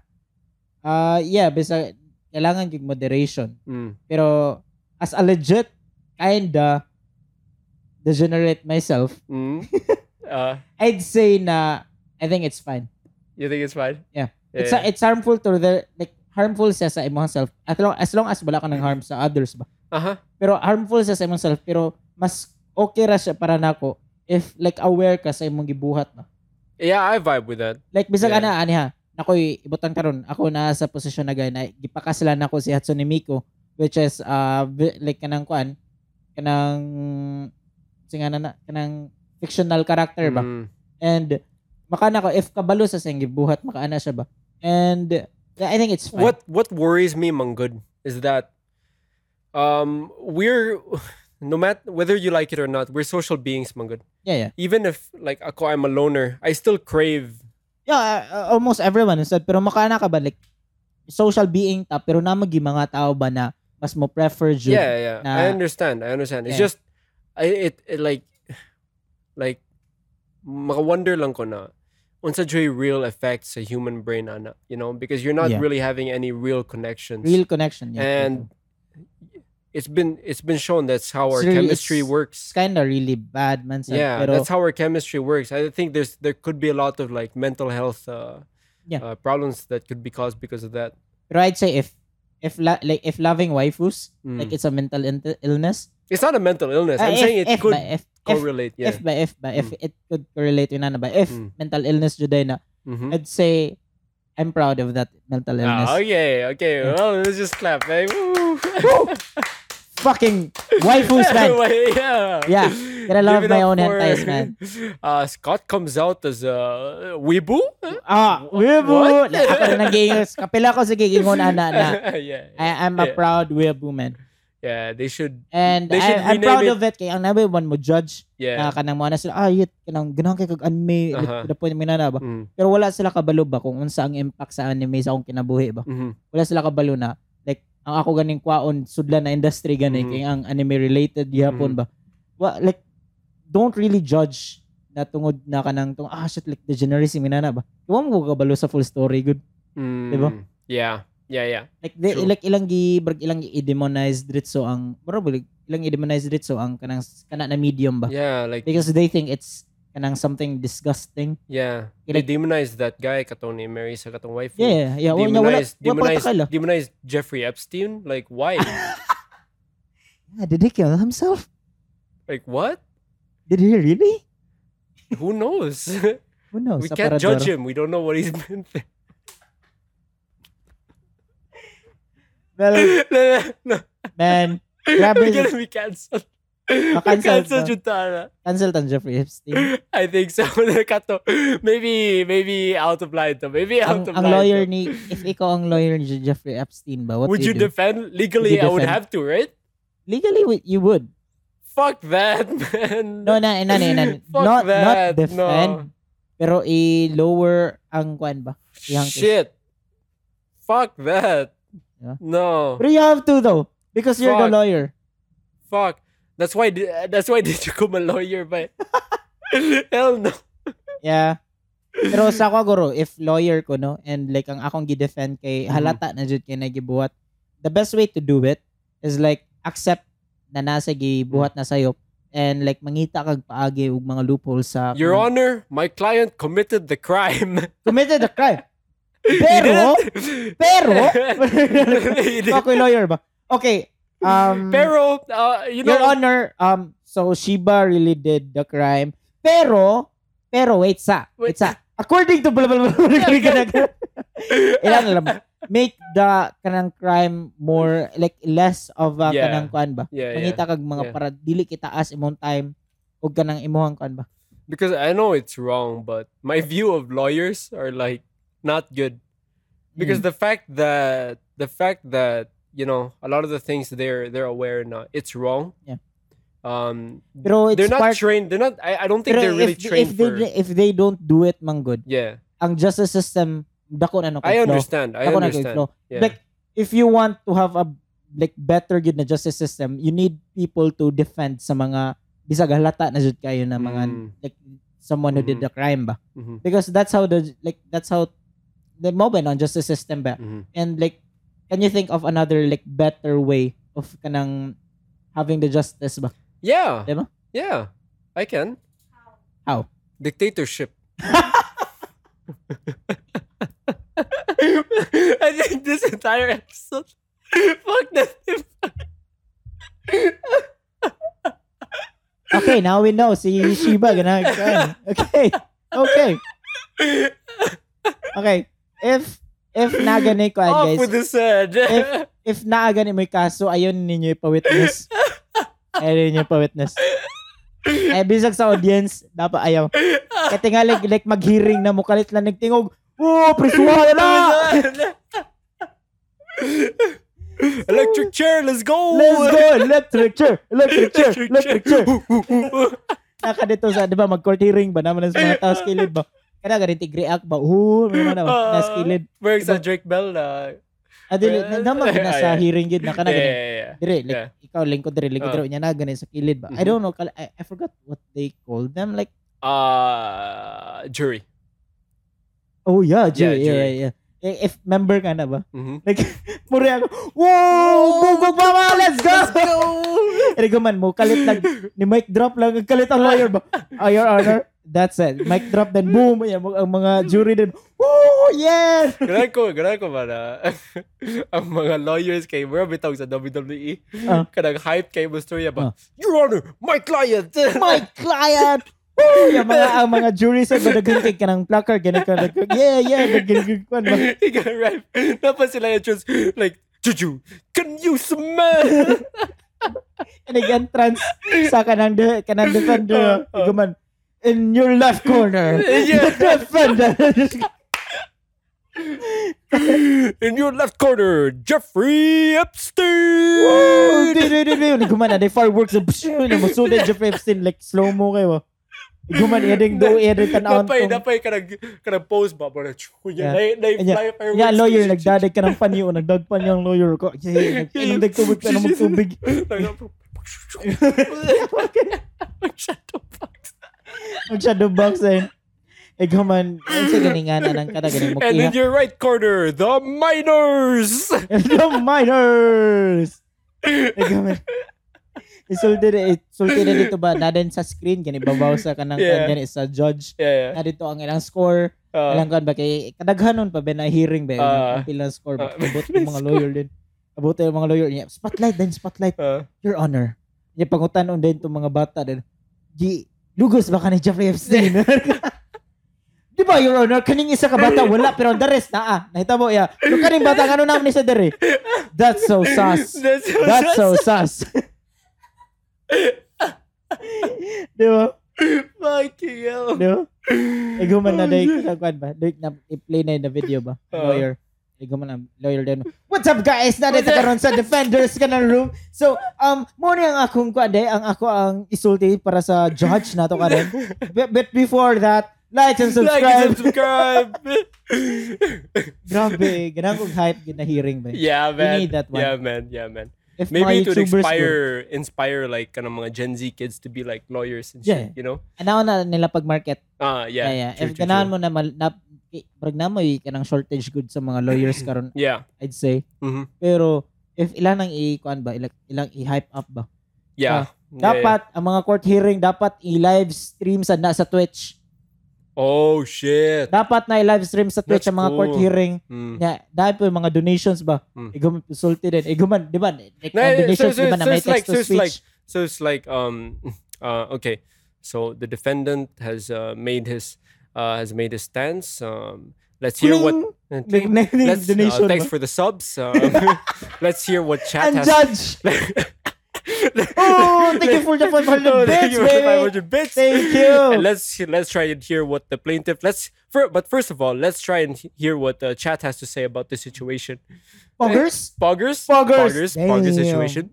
B: ah yeah, bisa kailangan yung moderation.
A: mm,
B: Pero as a legit kinda degenerate myself,
A: mm, uh
B: I'd say na I think it's fine.
A: you think it's fine?
B: Yeah.
A: Yeah.
B: It's it's harmful to the like harmful siya sa imong self. As long as long as wala ka ng harm sa others ba.
A: uh-huh.
B: Pero harmful siya sa imong self pero mas okay ra siya para nako if like aware ka sa imong gibuhat no
A: Yeah, I vibe with that.
B: like bisag
A: Yeah.
B: ana ani ha nakoy ibutan karon ako na sa posisyon na gay na gipakasala na ako si Hatsune Miku which is uh vi- like kanang kuan kanang singa na kanang fictional character ba
A: Mm.
B: and makana ko if kabalo sa siyang gibuhat makaana siya ba and yeah, I think it's fine.
A: What what worries me, Mangud, is that um we're no matter whether you like it or not, we're social beings, Mangud.
B: yeah yeah
A: Even if like ako, I'm a loner, I still crave.
B: yeah uh, uh, almost everyone instead pero makaana ka ba like social being ta pero na magi mga tao ba na mas mo prefer jud
A: Yeah, yeah. I
B: na-
A: understand. I understand. It's
B: Ah. Yeah.
A: just I it, it like like makawonder lang ko na unsa jay real effects sa human brain ana, you know, because you're not
B: Yeah.
A: really having any real connections.
B: real connection yeah.
A: and it's been it's been shown that's how our
B: It's really-
A: chemistry
B: it's- it's
A: works.
B: kind of really bad man sad.
A: Yeah,
B: pero
A: that's how our chemistry works. I think there's there could be a lot of like mental health uh,
B: Yeah.
A: uh, problems that could be caused because of that.
B: pero I'd say if if la- like if loving waifus
A: Mm.
B: like it's a mental in- illness
A: It's not a mental illness.
B: Ah,
A: I'm
B: if-
A: saying it
B: if
A: could
B: ba, if, if,
A: correlate. yeah.
B: if ba if ba if it could correlate yun na ba if
A: Mm.
B: mental illness jud ay na
A: Mhm.
B: I'd say I'm proud of that mental illness
A: Ah, okay, okay.
B: Yeah.
A: Well, let's just clap, eh? Woo!
B: fucking waifus man
A: Anyway, yeah.
B: Yeah, gotta love
A: Give it
B: my
A: up
B: own hentais,
A: for-
B: man.
A: Uh, Scott comes out as a weebu.
B: ah
A: What?
B: wibu ako rin ang gingos kapila ko sa gigingon ana na
A: yeah,
B: I, I'm a
A: Yeah.
B: proud wibu man
A: yeah. They should.
B: and
A: They should
B: I, I'm
A: rename
B: proud
A: it-
B: of it kay ang nabi one mo judge
A: Yeah. Uh-huh.
B: na kanang mga na sila ah yet kanang ganahan kay kag anime like,
A: Aha.
B: to the point mo na na ba
A: Mm,
B: pero wala sila kabalo ba kung unsa ang impact sa anime sa akong kinabuhi ba
A: mhm.
B: wala sila kabalo na like ang ako ganing kwaon sudlan na industry gani
A: Mhm.
B: kay ang anime related gihapon ba
A: Mm-hmm.
B: wa like don't really judge na tungod na kanang tung ah shit like degeneracy minana ba Iwa mo ko kabalo sa full story good Diba?
A: Mm, Yeah. Yeah, yeah.
B: like they,
A: True.
B: like ilang gi brag ilang i-demonize dritso ang probably ilang i-demonize dritso ang kanang kana na medium ba
A: Yeah, like
B: because they think it's kanang something disgusting
A: yeah. They
B: Like-
A: demonized that guy katong ni Mary sa katong wife.
B: yeah yeah, yeah. Wa- nga, wala
A: Demonized,
B: wala
A: demonized,
B: pagtakal, ah.
A: demonized Jeffrey Epstein. Like why?
B: Yeah, did he kill himself?
A: like what?
B: Did he really?
A: Who knows?
B: Who knows?
A: we can't judge him. We don't know what he's been through.
B: Well,
A: no, no, no.
B: man, Grabe
A: We're
B: yun.
A: gonna be canceled. We're
B: Makancelled
A: canceled,
B: na.
A: Jutara.
B: cancel tan Jeffrey Epstein.
A: I think so. Kato, maybe, maybe out of line to. Maybe out of
B: ang, ang
A: line
B: lawyer
A: to.
B: ni, if ikaw ang lawyer ni Jeffrey Epstein ba, what
A: Would
B: do
A: you
B: you, do?
A: defend? Legally, I would
B: defend?
A: have to, right?
B: Legally, wi- you would.
A: Fuck that, man.
B: No, na, na, na, na-
A: Fuck
B: not, not
A: that,
B: defend.
A: no.
B: Pero i-lower ang kwan ba? Young kids.
A: Shit. Fuck that.
B: Yeah.
A: No.
B: Pero you have to though. Because you're the
A: Fuck.
B: lawyer.
A: Fuck. That's why. di- That's why I did become a lawyer, but hell no.
B: Yeah. Pero sa ako, guro, if lawyer ko, no, and like ang akong gi-defend kay
A: Mhm.
B: halata na jud kay nagibuhat, the best way to do it is like accept na nasa gibuhat na sayo and like mangita kag paagi og mga loopholes sa
A: Your Honor, my client committed the crime.
B: committed a crime.
A: He
B: Pero-
A: didn't-
B: Pero Um,
A: He didn't.
B: Ako lawyer ba? Okay. Um
A: Pero, uh, you know,
B: Your Honor, um so Shiba really did the crime. Pero pero wait sa. Wait,
A: Wait.
B: sa. According to blah blah blah. blah ilan alam mo, make the kanang crime more like less of a
A: Yeah.
B: kanang kuan ba
A: yeah, yeah.
B: mangita kag mga
A: Yeah.
B: para dili kita as imong time ug kanang imong kuan ba
A: Because I know it's wrong, but my view of lawyers are like not good. because
B: Mm.
A: the fact that the fact that you know a lot of the things they're they're aware now it's wrong
B: Yeah.
A: um
B: pero it's
A: they're not
B: part
A: trained they're not i, I don't think
B: pero
A: they're really
B: if,
A: trained
B: if they
A: for
B: if they don't do it man good
A: yeah
B: ang justice system dako na no
A: i
B: kay flow.
A: understand i
B: Dako na kay
A: understand
B: flow.
A: yeah
B: Like if you want to have a like better good na justice system you need people to defend sa mga bisag halata na jud kayo na mga
A: Mm.
B: like someone who
A: Mhm.
B: did the crime ba
A: Mhm,
B: because that's how the like that's how the mobile on justice system ba
A: mhm.
B: and like can you think of another like better way of kanang having the justice ba
A: yeah
B: Diba?
A: yeah i can
B: How?
A: dictatorship i think this entire episode fuck that
B: okay okay, now we know si Shiba gonna kuan. Okay. Okay. Okay. If if na gani ko
A: Off
B: guys,
A: with his head.
B: If- if na gani may kaso ayon ninyo ipa-witness. Ayun ninyo ipa-witness. Eh bisag sa audience dapat ayaw. Kaya tinga like, like mag-hearing na mukalit lang nagtingog. Oh, prisuwa na!
A: Electric chair, let's go.
B: Let's go! Electric chair! Electric chair! Electric chair!
A: chair.
B: Naka dito sa, di ba, mag-court hearing ba naman sa mga tao sa kilid ba? Kaya ganit react ba? Oo, may mga naman,
A: Ah.
B: nasa kilid.
A: Where's
B: Diba?
A: the Drake Bell? Uh,
B: Ah, dili,
A: Well,
B: naman na
A: ah,
B: sa
A: yeah.
B: hearing yun, naka na
A: yeah,
B: ganit.
A: yeah, yeah.
B: Dire, like,
A: Yeah.
B: ikaw, lingkod dire, lingkod
A: Ah.
B: dire, niya na, ganit sa kilid ba? I
A: Mhm.
B: don't know, kal- I, I forgot what they called them, like,
A: Uh, jury.
B: oh yeah, Jay, yeah,
A: Yeah,
B: yeah,
A: jury.
B: yeah, Eh, If member ka na ba?
A: Mhm.
B: Like, muri ako, wow, bugog pa ba? Let's go!
A: Let's go.
B: Erigo man, mo, kalit lang, ni mic drop lang, ang kalit ang lawyer ba? Ah, your honor, that's it. Mic drop, then boom, yan, mo- ang mga jury din, oh, yes!
A: Ganun ko, ganun ko ba na ang mga lawyers kay bro bitaw sa WWE
B: Ah.
A: kanang hype kay Mustoria ba Your Honor, my client!
B: my client. Woo! Yung mga ang mga jury sa badagintig ka ng placard, ganun ka, nag- yeah, yeah, nagigig ka na.
A: Ikaw, right? Tapos sila yung just like, Juju, can you smell?
B: Nag-entrance sa kanang, de, kanang defender.
A: Ah, ah.
B: Iguman, in your left corner,
A: Yeah.
B: the defender.
A: In your left corner, Jeffrey Epstein!
B: Woo! Di- di- di- di. Iguman, na, they fireworks, and pshh, yung musuda, Jeffrey Epstein, like slow-mo kayo. Iguman, eding do, eding tanaw.
A: Napay, napay ka nag, ka nag pose ba? Bro,
B: Yeah.
A: kunya, na, na,
B: Anya,
A: fly fireworks.
B: Yeah, lawyer, nagdadag ka ng panyo, nagdagpan yung lawyer ko. Yeah,
A: Yeah,
B: nag-
A: yeah.
B: inundag tubig ka ng magtubig.
A: Shadow box.
B: Ang shadow box eh. Ikaw man, ang sa ganingan na ng kada ganing mo
A: And in
B: kiha.
A: your right corner, the minors!
B: The minors! Ikaw man. Isulti na, isulti na dito ba? Na din sa screen, gani babaw sa kanang
A: Yeah.
B: yeah. sa judge.
A: Yeah,
B: Na dito ang ilang
A: yeah.
B: score.
A: Uh,
B: ilang kan ba kay kadaghanon pa ba na hearing ba?
A: Ah.
B: ang pila ng score ba?
A: Ah.
B: Abot yung mga lawyer din. Abot yung mga lawyer niya. Spotlight din, spotlight.
A: uh,
B: Your Honor. Niya pangutanon din itong mga bata din. Di, lugos ba ka ni Jeffrey Epstein? Di ba, Your Honor, kaning isa ka bata, wala, pero the rest, na ah, nahita mo, yeah. Yung kaning bata, ano naman ni sa dere? That's so sus.
A: that's so
B: That's
A: sus.
B: so sus. Di ba?
A: Fucking hell.
B: Di ba? Ay, guman
A: Oh,
B: na, day,
A: yeah.
B: kwan ba? Day, na, i-play na yun na video ba?
A: Ah.
B: Lawyer. Ay, guman na, lawyer din. What's up, guys? Narito karon sa Defenders ka ng room. So, um, muna ang akong kwan, day, ang ako ang isulti para sa judge na to karon. But, but before that, like and
A: Like and
B: subscribe.
A: subscribe.
B: Grabe, ganang kong hype, gina hearing ba?
A: yeah, man.
B: need that one.
A: Yeah, man. Yeah, man.
B: If
A: Maybe it would
B: YouTubers would-
A: inspire, inspire like kind of mga Gen Z kids to be like lawyers and
B: Yeah.
A: shit, you know?
B: Ano na nila pag-market.
A: Ah, yeah.
B: Yeah, yeah.
A: true,
B: If
A: true,
B: ganahan
A: true.
B: mo na, mal, na eh, pag na mo, eh, kanang shortage good sa mga lawyers karon
A: Yeah.
B: I'd say.
A: mhm.
B: Pero, if ilan ang i-kuan ba, ilang, ilang i-hype up ba?
A: Yeah. Yeah,
B: Ah, Dapat, ang mga court hearing, dapat i-live stream sa, na, sa Twitch.
A: yeah. Oh, shit.
B: Dapat na i-live stream sa Twitch
A: That's
B: ang mga court
A: cool.
B: hearing.
A: Mm.
B: Yeah, dahil po yung mga donations ba?
A: Mm.
B: Iguman, sulti din. Iguman, di ba? Like,
A: No,
B: mga
A: so-
B: donations,
A: so-
B: di ba, na
A: so
B: may
A: it's like-
B: text to
A: so it's like-
B: speech.
A: So it's like um uh okay. So the defendant has uh, made his uh, has made his stance. Um let's hear what
B: Like, na- na-
A: let's, uh,
B: donation
A: thanks
B: ba?
A: for the subs. Um, let's hear what chat
B: And
A: has
B: judge! oh, thank you for the 500
A: Oh,
B: bits,
A: thank you for the
B: baby!
A: 500 bits.
B: Thank you.
A: And let's let's try and hear what the plaintiff let's fir- but first of all, let's try and he- hear what the chat has to say about the situation.
B: Poggers?
A: Poggers?
B: Poggers.
A: Poggers, Poggers
B: Damn.
A: situation.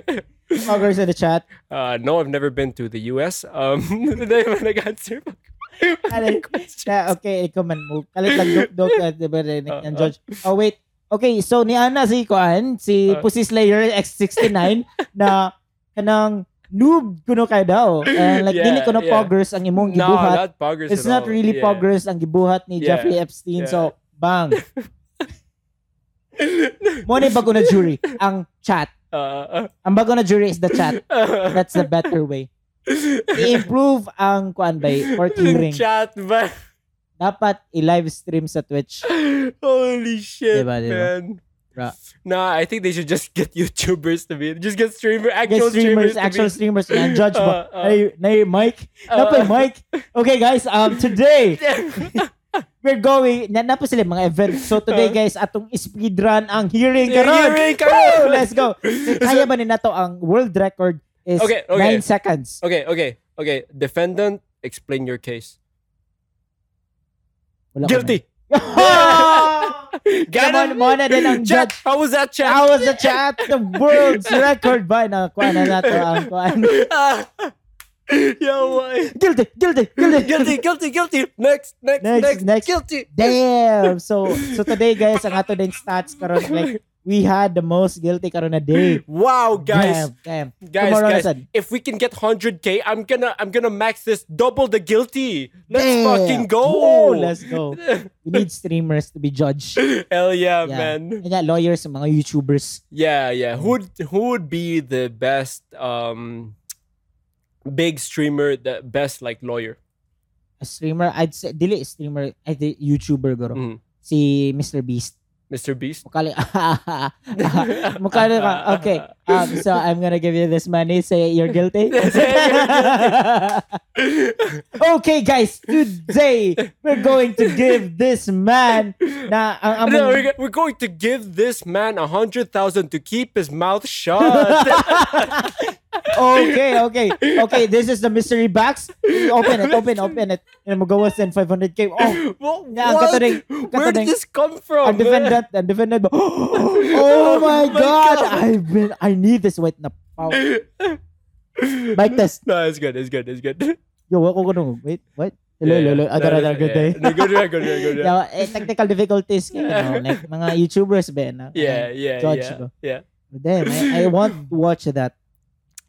B: Poggers in the chat.
A: Uh, no, I've never been to the U.S. Um, hindi naman nag-answer.
B: Aray. Na, Ah, okay, ikaw man mo. Kalit lang dok-dok at the
A: Ah,
B: ng
A: ah.
B: judge. Oh, wait. Okay, so ni Ana si Kuan, si
A: Ah.
B: Pussy Slayer X69 na kanang noob kuno kay daw. And like
A: Yeah,
B: dili kuno
A: yeah.
B: poggers ang imong
A: no,
B: gibuhat.
A: not poggers.
B: It's
A: at
B: not
A: all.
B: really
A: yeah.
B: poggers ang gibuhat ni
A: Yeah,
B: Jeffrey Epstein.
A: yeah.
B: So, bang. Mo ni bago na jury, ang chat.
A: Uh,
B: Ang bago na jury is the chat.
A: uh,
B: That's the better way. I-improve ang kuan by court hearing.
A: Chat, man.
B: Dapat i-live stream sa Twitch.
A: Holy shit,
B: Diba, diba?
A: man.
B: Bruh.
A: Nah, I think they should just get YouTubers to be just get streamer actual
B: Guys, streamers,
A: streamers, to
B: actual
A: be,
B: streamers, yan. Judge
A: Uh,
B: ba?
A: uh.
B: Nay, nay, Mike? Napay,
A: Uh.
B: Mike? Okay, guys, um, today, we're going, na, napo sila yung mga events. So today,
A: Uh.
B: guys, atong speedrun ang hearing
A: Hearing
B: karon.
A: karon!
B: Woo! Let's go. So, kaya ba ni nato ang world record is 9
A: Okay, okay.
B: seconds.
A: okay, okay, okay. Defendant, explain your case.
B: Wala ko
A: Guilty.
B: na.
A: Ganon.
B: Naman, muna din ang
A: Chat,
B: judge.
A: how was that chat?
B: How was the chat? The world's record ba? Na, kuha na nato ang kuha.
A: Yo, why?
B: Guilty, guilty, guilty.
A: guilty, guilty, guilty. Next, next,
B: Next,
A: next,
B: next.
A: guilty.
B: Damn. So so today guys, ang ato din stats karon like we had the most guilty karon na day.
A: Wow, guys,
B: Damn. damn.
A: guys,
B: Tomorrow
A: guys.
B: na sad.
A: If we can get 100k, I'm gonna, I'm gonna max this double the guilty. Let's
B: Damn.
A: fucking go.
B: Woo, let's go. We need streamers to be judged.
A: Hell yeah,
B: Yeah.
A: man.
B: And yeah, lawyers and mga YouTubers.
A: Yeah, yeah. Who would who would be the best um big streamer, the best like lawyer?
B: A streamer, I'd say, dili streamer, I think YouTuber guro.
A: Mhm.
B: Si Mr. Beast.
A: Mr. Beast.
B: Mukali, mukali ka. Okay, um, so I'm gonna give you this money. Say you're guilty.
A: Say you're
B: okay, guys, today we're going to give this man na ang ang-
A: No, we're, go- we're going to give this man a hundred thousand to keep his mouth shut.
B: okay, okay, okay. This is the mystery box. Open it, open, open it. And magawas then 500k. Oh,
A: Wha-
B: Yeah, ang
A: what?
B: katuring-
A: Where
B: katuring.
A: did this come from?
B: ang defendant, ang defendant.
A: Oh,
B: Oh my
A: my
B: God!
A: God.
B: I've been, I need this wait na. Wow. Mic test.
A: No, it's good. It's good. It's good.
B: Yo, wako ko nung. Wait, what? Hello,
A: Yeah,
B: hello, hello.
A: yeah. No,
B: Adara, adara, good day.
A: yeah. No, good day, good day, good day.
B: Yeah, eh, technical difficulties. Kaya,
A: Yeah.
B: no, like, mga YouTubers ba? Na,
A: Yeah, yeah,
B: Judge
A: yeah,
B: ko.
A: yeah,
B: Damn, I, I want to watch that.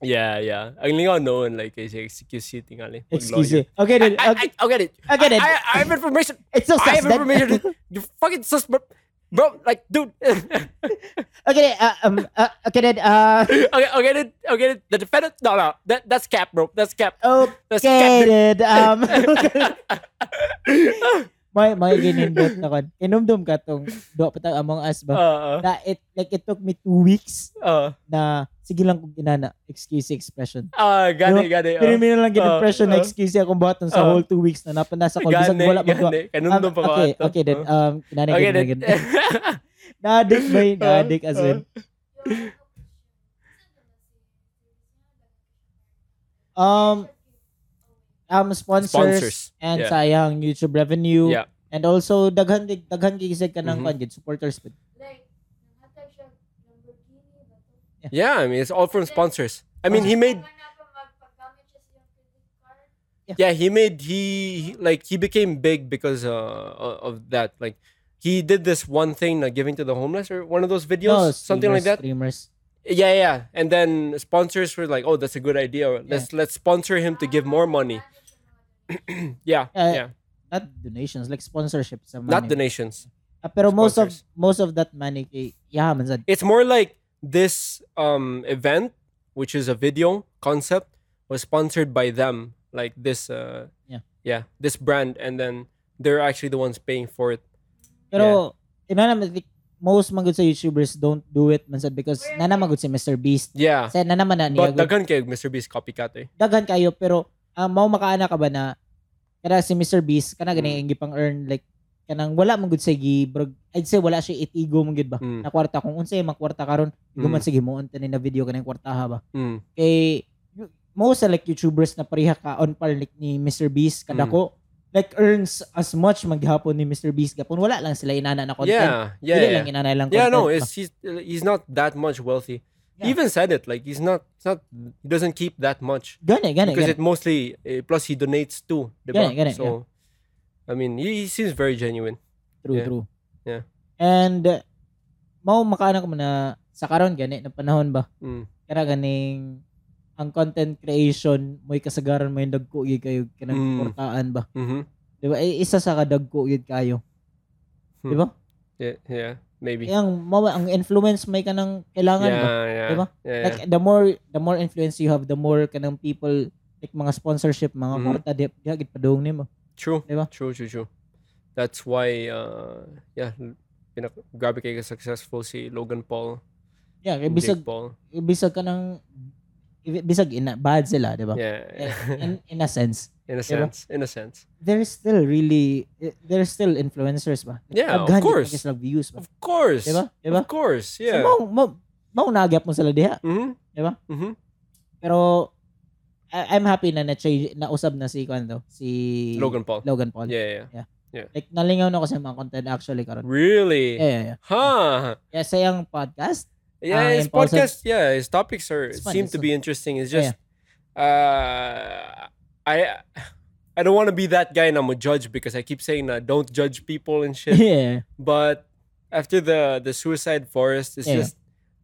A: yeah, yeah. Ang lingaw noon like is excuse sitting ali.
B: Excuse me. Okay, then.
A: I,
B: Okay.
A: I, I'll get it.
B: I'll get it.
A: I, I, I have information.
B: It's so
A: I
B: sus.
A: have
B: that-
A: information. you fucking sus, bro. Bro, like, dude.
B: okay, then, uh, um, uh, okay, then, uh,
A: okay, okay, then, okay. Then, the defendant. No, no. That, that's cap, bro. That's cap. That's
B: okay, then, um, may, may ginindot na kon. Inumdum ka tong, do pa tag among us ba?
A: Uh,
B: na it, like, it took me two weeks
A: uh,
B: na, sige lang kung ginana, excuse expression.
A: uh, gani, gani.
B: Pero
A: Uh,
B: may lang gin-impression
A: uh,
B: na excuse akong buhaton sa
A: uh,
B: whole two weeks na napanasa ko. Bisag
A: gani,
B: wala magawa.
A: gani.
B: Um,
A: Kanundong pa ko.
B: okay,
A: ato. Uh.
B: okay then. Um, kinanay
A: Okay,
B: okay,
A: then. Uh.
B: Nadik ba yun? Nadik as in. Um, um, sponsors,
A: Sponsors,
B: and
A: yeah.
B: sayang YouTube revenue.
A: Yeah.
B: And also, daghan, daghan gisig ka ng
A: Mhm.
B: mm supporters. But
A: Yeah, I mean, it's all from sponsors. I mean, he made. Yeah, he made he he- like he became big because uh o- of that. Like he did this one thing, like giving to the homeless or one of those videos,
B: no,
A: something like
B: streamers,
A: that.
B: Streamers.
A: Yeah, yeah. And then sponsors were like, "Oh, that's a good idea. Let's let's sponsor him to give more money." Yeah,
B: Uh,
A: yeah.
B: Not donations, like sponsorship. Sa money.
A: Not donations.
B: Ah, pero most of
A: sponsors.
B: most of that money, kay, yeah, man, sad.
A: It's more like this um event, which is a video concept, was sponsored by them. Like this, uh,
B: Yeah.
A: yeah, this brand, and then they're actually the ones paying for it.
B: Pero, yeah. like, most magod sa YouTubers don't do it, man, sad, because nanamagod si Mr. Beast.
A: Yeah,
B: Sa nanaman na niya.
A: but daghan kay Mr. Beast copycat. Eh.
B: daghan kayo pero ah, mao makaana ka ba na kada si Mr. Beast kana
A: Mm.
B: gani ang gipang earn like kanang wala mong good gi bro I'd say wala siya itigo mong gid ba
A: Mm.
B: na kwarta kung unsay mga kwarta karon guman sige mo unta na video kanang kwartaha ba
A: Mm.
B: kay y- most sa like YouTubers na pareha ka on par like ni Mr. Beast
A: Mm.
B: kada ko like earns as much maghapon ni Mr. Beast gapon wala lang sila inana na content
A: Yeah, yeah,
B: Dili
A: yeah.
B: lang inana lang
A: Yeah,
B: content
A: no,
B: ba?
A: it's he's he's not that much wealthy. He
B: Yeah.
A: even said it like he's not it's not he doesn't keep that much
B: gani gani
A: because it
B: gani
A: mostly eh, plus he donates too.
B: Yeah,
A: diba?
B: yeah, yeah.
A: so I mean, he, he seems very genuine.
B: True,
A: Yeah.
B: true.
A: Yeah.
B: And uh, mao makaano ko na sa karon gani na panahon ba?
A: Mm.
B: Kara ganing ang content creation mo'y kasagaran mo yung dagko gyud kayo kanang
A: Mm.
B: portaan ba?
A: hmm
B: Di ba? Eh, isa sa kadagko gyud kayo. Di ba?
A: Yeah, yeah, maybe.
B: Eh, ang mao ang influence may kanang kailangan ba?
A: yeah,
B: Diba?
A: yeah,
B: Like the more the more influence you have, the more kanang people like mga sponsorship, mga
A: Mhm.
B: kwarta di di gid padung nimo.
A: True.
B: Diba?
A: True, true, true. That's why uh yeah, pinak grabe kay successful si Logan Paul,
B: Yeah, kay Eh, bisag
A: Jake Paul.
B: bisag ka ng bisag ina bad sila, 'di ba? Eh,
A: Yeah.
B: In, in a sense,
A: in a
B: Diba?
A: sense, in a sense.
B: there's still really eh, there's still influencers ba?
A: Yeah, of
B: Daghan yung
A: course.
B: mga views ba?
A: Of course.
B: 'Di ba? 'Di ba?
A: Of course. Yeah.
B: So, mau, mau, mau naagyap mo sila diha.
A: Mhm.
B: Diba?
A: Mhm.
B: Pero I- I'm happy na na-change, nausab na si Kwando, si
A: Logan Paul.
B: Logan Paul.
A: Yeah, yeah.
B: Like, nalingaw na ko sa mga content actually karon.
A: Really?
B: Yeah, yeah, yeah.
A: Huh.
B: Yeah, sayang podcast.
A: Yeah,
B: Ah,
A: his
B: and also-
A: podcast. Yeah, his topics are
B: It's fun,
A: seem
B: it's
A: to be
B: fun.
A: interesting. It's
B: Yeah,
A: just, uh, I, I don't want to be that guy and I'm a judge because I keep saying that don't judge people and shit.
B: yeah.
A: but after the the suicide forest, it's
B: Yeah.
A: just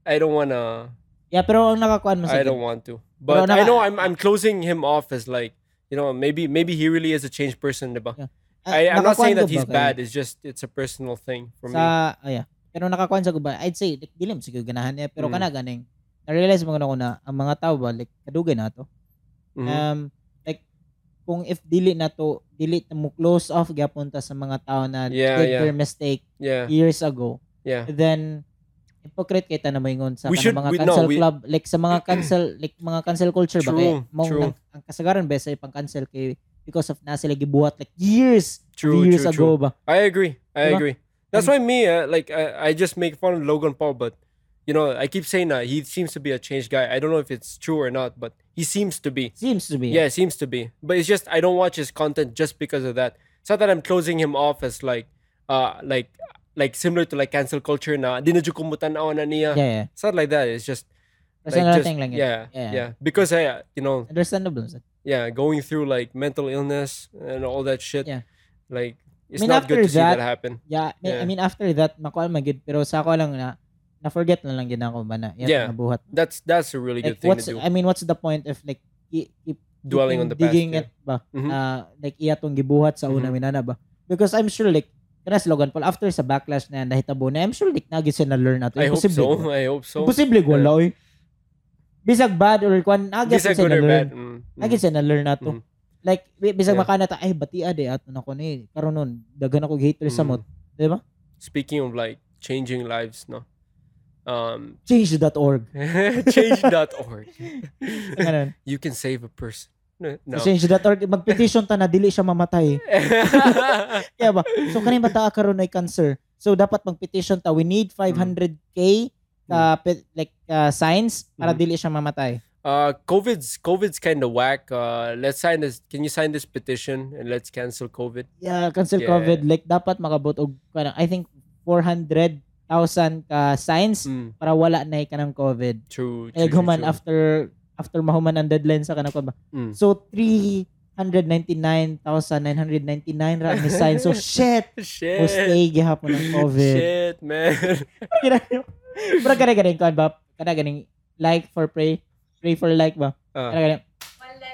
A: I don't wanna.
B: Yeah, pero ang nakakuan mo sa
A: I don't want to.
B: Pero
A: But I
B: naka-
A: know I'm I'm closing him off as like you know maybe maybe he really is a changed person, diba?
B: Uh, Ah,
A: I, I'm not saying that he's bad. It's just it's a personal thing for me.
B: Sa, oh yeah. Pero nakakuan sa guba, I'd say, like, dilim siguro ganahan niya.
A: Mm.
B: Pero kana ganing, na-realize mo na ko na, ang mga tao ba, like, kadugay na to.
A: Mhm.
B: Um, like, kung if dili na to, dili na mo close off gyapon ta sa mga tao na
A: Yeah,
B: did
A: yeah.
B: their mistake
A: yeah,
B: years ago,
A: yeah.
B: then hypocrite kita na moingon sa
A: We
B: kanang
A: should-
B: mga
A: we- no,
B: cancel
A: we-
B: club like sa mga cancel like mga cancel culture ba kay
A: True,
B: mao
A: true.
B: nang- ang kasagaran ba sa pang cancel kay because of na sila gibuhat like years
A: True,
B: years
A: true,
B: ago
A: true.
B: ba
A: I agree. I
B: Diba?
A: agree. That's
B: Mm-hmm.
A: why me, uh, like, I, I just make fun of Logan Paul, but you know, I keep saying that he seems to be a changed guy. I don't know if it's true or not, but he seems to be.
B: seems to be
A: Yeah, it seems to be. But it's just I don't watch his content just because of that. It's not that I'm closing him off as like, uh, like, like similar to like cancel culture na dinajukumutan ako na niya.
B: yeah, yeah.
A: It's not like that. It's just like
B: personal
A: just
B: thing lang yun.
A: yeah,
B: Yeah.
A: yeah, Because I, uh, you know,
B: understandable sa
A: yeah, going through like mental illness and all that shit.
B: Yeah.
A: Like it's
B: mean,
A: not good
B: after
A: to see
B: that-
A: that happen.
B: yeah, I mean- I
A: Yeah.
B: mean after that makuha man gid pero sa ako lang na na forget na lang gid na ako ba na yeah,
A: Yeah.
B: nabuhat
A: That's that's a really good
B: like
A: thing to
B: what's
A: do.
B: I mean what's the point of like i- i-
A: Dwelling on the past.
B: digging
A: yeah.
B: it ba
A: Mhm.
B: na like iya tong gibuhat sa una
A: Mhm.
B: minana ba because I'm sure like kana si Logan Paul after sa backlash na yan, nahitabo na I'm sure like nagis na learn nato
A: I hope so. I hope so.
B: imposible ko
A: Yeah.
B: oy bisag bad or kwan nagis
A: Is that
B: siya
A: good
B: na
A: or bad?
B: learn
A: Mm, mm.
B: nagis siya na learn nato
A: Mhm.
B: like bi- bisag
A: Yeah.
B: makana ta ay bati ade ato na ko ni karon nun daghan ako hater sa mo
A: Mm.
B: Diba?
A: Speaking of like changing lives, no. Um,
B: change.org
A: change.org.
B: Sa kanan.
A: you can save a person. No. no.
B: Sa change.org magpetition ta na dili siya mamatay yeah ba so kani bata karon ay cancer so dapat magpetition ta we need 500k
A: Mm-hmm.
B: ka pe- like uh, signs para
A: Mm.
B: dili siya mamatay
A: uh, COVID's COVID's kind of whack. Uh, let's sign this. Can you sign this petition and let's cancel COVID?
B: yeah cancel
A: Yeah.
B: Uh, covid like dapat makabot og kanang i think 400,000 ka signs
A: Mm,
B: para wala na ka ng covid
A: true. true,
B: eh
A: true,
B: human
A: true.
B: after after mahuman ang deadline sa kanang kon ba
A: Mm.
B: so 399,999 ra ni signs so shit
A: Shit.
B: mo stay gihapon ng covid
A: Shit, man.
B: Pero kada ganing kuan ba? Kada ganing like for pray, pray for like ba?
A: Uh,
B: Kada ganing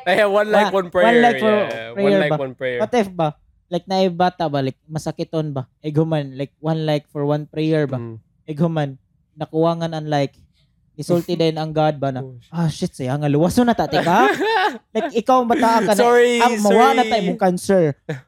A: eh, one
B: Ah,
A: like one prayer.
B: like for
A: yeah.
B: prayer
A: one like
B: ba?
A: one prayer.
B: what if ba? Like na bata ba like masakiton ba? Eguman like one like for one prayer ba?
A: Mm.
B: Eguman nakuwangan ang like isulti din ang God ba na?
A: Oh, shit.
B: Ah shit saya nga luwaso na ta teka. like ikaw mataa ka na.
A: sorry,
B: ah,
A: sorry.
B: mawa na tayo mong cancer.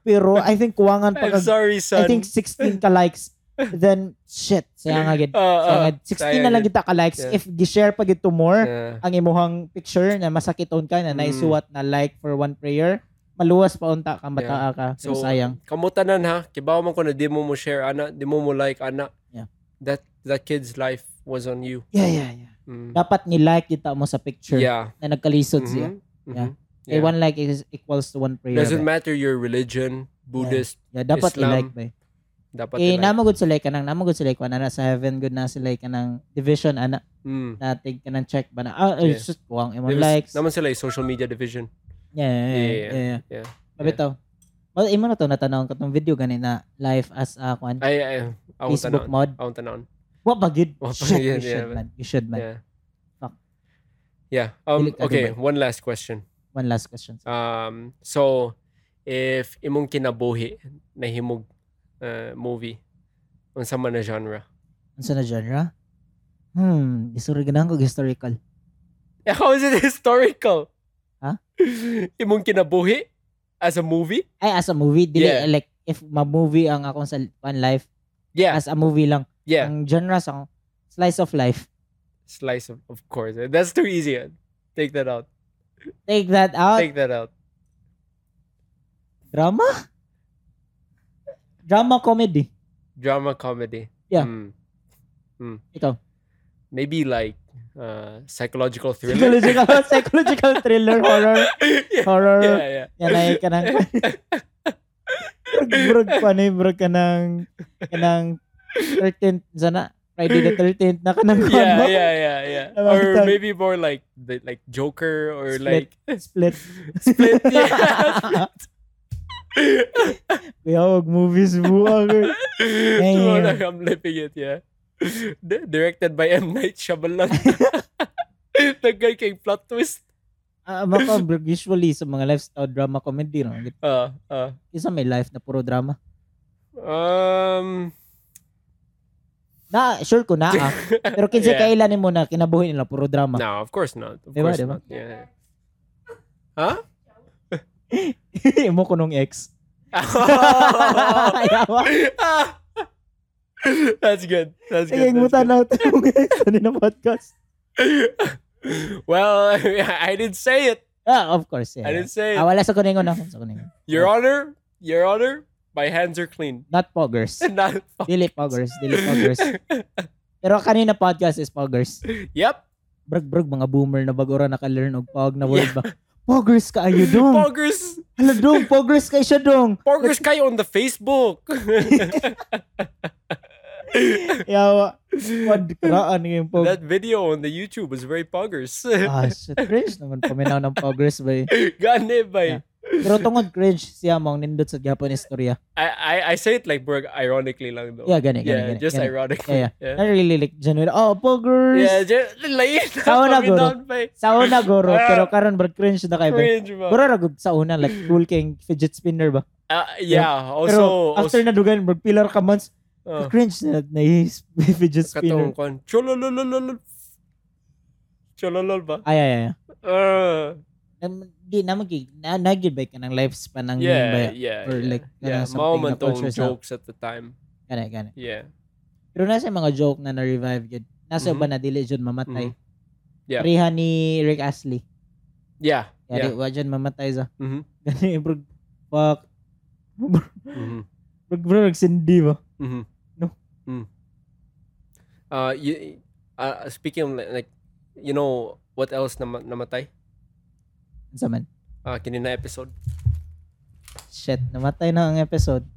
B: Pero I think kuwangan pa
A: I'm
B: kag
A: sorry, son.
B: I think 16 ka likes. Then shit saya nga gid.
A: Uh,
B: Saya
A: uh,
B: nga gid. 16 na lang kita ka likes
A: Yeah.
B: if gi-share pa gid to more.
A: Yeah.
B: ang imuhang picture na masakiton ka na
A: Mm.
B: naisuwat na like for one prayer maluwas pa unta ka mataa ka so,
A: So,
B: sayang
A: kamutanan ha. Kibaw man ko na di mo mo share, ana. Di mo mo like, ana.
B: Yeah.
A: That that kid's life was on you.
B: yeah yeah yeah
A: Mm.
B: dapat ni like kita mo sa picture
A: Yeah.
B: na nagkalisod siya
A: Mhm. Mhm.
B: Yeah.
A: Yeah.
B: Eh, one like is equals to one prayer
A: Doesn't
B: ba?
A: matter your religion, Buddhist,
B: yeah dapat
A: Islam,
B: i like ba
A: dapat
B: eh
A: eh, like.
B: namagod sila ka nang namagod sila ka na sa heaven good na sila ka nang division ana
A: Mm.
B: natig ka nang check ba na ah yeah.
A: Yeah.
B: just kuwang imong
A: There was-
B: likes
A: Naman sila yung social media division.
B: yeah yeah yeah,
A: Yeah,
B: yeah,
A: yeah,
B: yeah.
A: yeah.
B: Mabitaw. well imo na to natanawon ka tong video gani na live as a kwan
A: Ay, ay, ako
B: Facebook
A: tanon.
B: mod
A: Ako tanon.
B: What ba gid?
A: Wa pa
B: Shit, you
A: yun, yeah,
B: should
A: man.
B: man. You should man.
A: Yeah.
B: Fuck.
A: Yeah. Um,
B: Dili ka
A: okay,
B: gabay.
A: one last question.
B: One last question.
A: Um, so, if imong kinabuhi na himog uh, movie, unsa man na genre?
B: Ano sa na genre? Hmm, isuri ganahan ko historical.
A: Eh, How is it historical?
B: Ha?
A: Imong kinabuhi as a movie?
B: Ay, as a movie, dili
A: Yeah.
B: like if ma-movie ang akong sa one life,
A: yeah
B: as a movie lang.
A: yeah
B: Ang genre sa slice of life.
A: slice of, of course that's too easy take that out
B: Take that out.
A: take that out
B: drama? Drama comedy.
A: drama comedy
B: Yeah.
A: Hmm. Hmm.
B: Ikaw.
A: maybe like uh psychological thriller
B: Psychological, psychological thriller, horror,
A: yeah,
B: horror.
A: yeah yeah
B: Yan ay ka ng... Brog pa ni, brog ka ng... Ka ng 13th, sana, Friday the 13th na ka ng
A: yeah
B: ano,
A: yeah yeah yeah or
B: Nakakatawa.
A: maybe more like the like joker or like
B: Split. split.
A: split yeah
B: Kuya, wag movies buwag.
A: Tomorrow
B: Damn.
A: I'm living it, yeah. Di- directed by M. Night Shyamalan. Tagal kay plot twist.
B: Ah, maka, brog, usually sa mga lifestyle drama comedy, no?
A: Uh, uh,
B: Isa may life na puro drama.
A: um,
B: Na, sure ko na, ah. Pero kinsa
A: Yeah.
B: kailan ni mo na kinabuhi nila puro drama.
A: no, of course not. Of
B: Diba,
A: course
B: diba?
A: not. Yeah. Huh?
B: Imo ko nung ex.
A: Oh.
B: Yawa.
A: Ah! That's good. That's
B: Sige,
A: good.
B: mo
A: That's good.
B: tanaw to yung ex ano na podcast.
A: well, I didn't say it.
B: Ah, of course. Yeah.
A: I didn't say
B: Ah,
A: it.
B: wala sa kuningon ako. Sa kuningon.
A: Your Honor, Your Honor, my hands are clean.
B: Not poggers.
A: Not
B: dili poggers. Dili poggers. Pero kanina podcast is poggers.
A: yep.
B: Brag, brag, mga boomer na bagura naka-learn og pog na word ba. Poggers ka ayo dong.
A: Poggers,
B: Hala dong, poggers ka siya dong.
A: poggers kayo on the Facebook.
B: Yawa. Pod, karaan nga yung pog.
A: that video on the YouTube was very poggers.
B: Ah, shit. Cringe naman paminaw ng poggers ba eh.
A: God damn, bay.
B: Pero tungod cringe siya mong nindot sa Japan istorya.
A: I, I I say it like Berg ironically lang though.
B: Yeah, gani, gani,
A: Yeah,
B: gani.
A: just
B: gani.
A: ironically.
B: Yeah, yeah.
A: Yeah.
B: I really like genuine. Oh, poggers.
A: Yeah, just like
B: Sauna, guro.
A: bay.
B: Sa una, goro.
A: Ah.
B: pero karon bro, cringe na kayo.
A: Cringe, ba?
B: Goro, ragod sa una, like, cool king fidget spinner ba?
A: Ah, yeah,
B: Pero
A: also
B: after
A: also
B: na dugan, bro, pillar ka months,
A: uh,
B: cringe na, na yung fidget spinner.
A: katong kon. Cholololol. Chololol ba?
B: Ay, ay, ay.
A: Uh,
B: Nam- Di na magig, na, nagid ba ka ng lifespan ng yeah, ba?
A: yeah, yeah.
B: Or
A: yeah.
B: like,
A: yeah,
B: yeah,
A: mao
B: something
A: man
B: na
A: tong
B: culture sa,
A: jokes at the time.
B: gana, gana.
A: Yeah.
B: Pero nasa yung mga joke na na-revive yun. Nasa
A: Mhm.
B: ba na dili dyan mamatay?
A: Mhm. Yeah.
B: Riha ni Rick Astley.
A: Yeah. Yeah.
B: Yari, yeah. wa dyan mamatay sa.
A: Mhm.
B: Gani, bro, fuck.
A: Mhm.
B: Bro, bro, nagsindi ba?
A: Mm-hmm.
B: No?
A: Mm. Uh, you, uh, speaking of li- like, you know, what else na namatay?
B: Ano sa man?
A: Uh, kinina episode.
B: Shit, namatay na ang episode.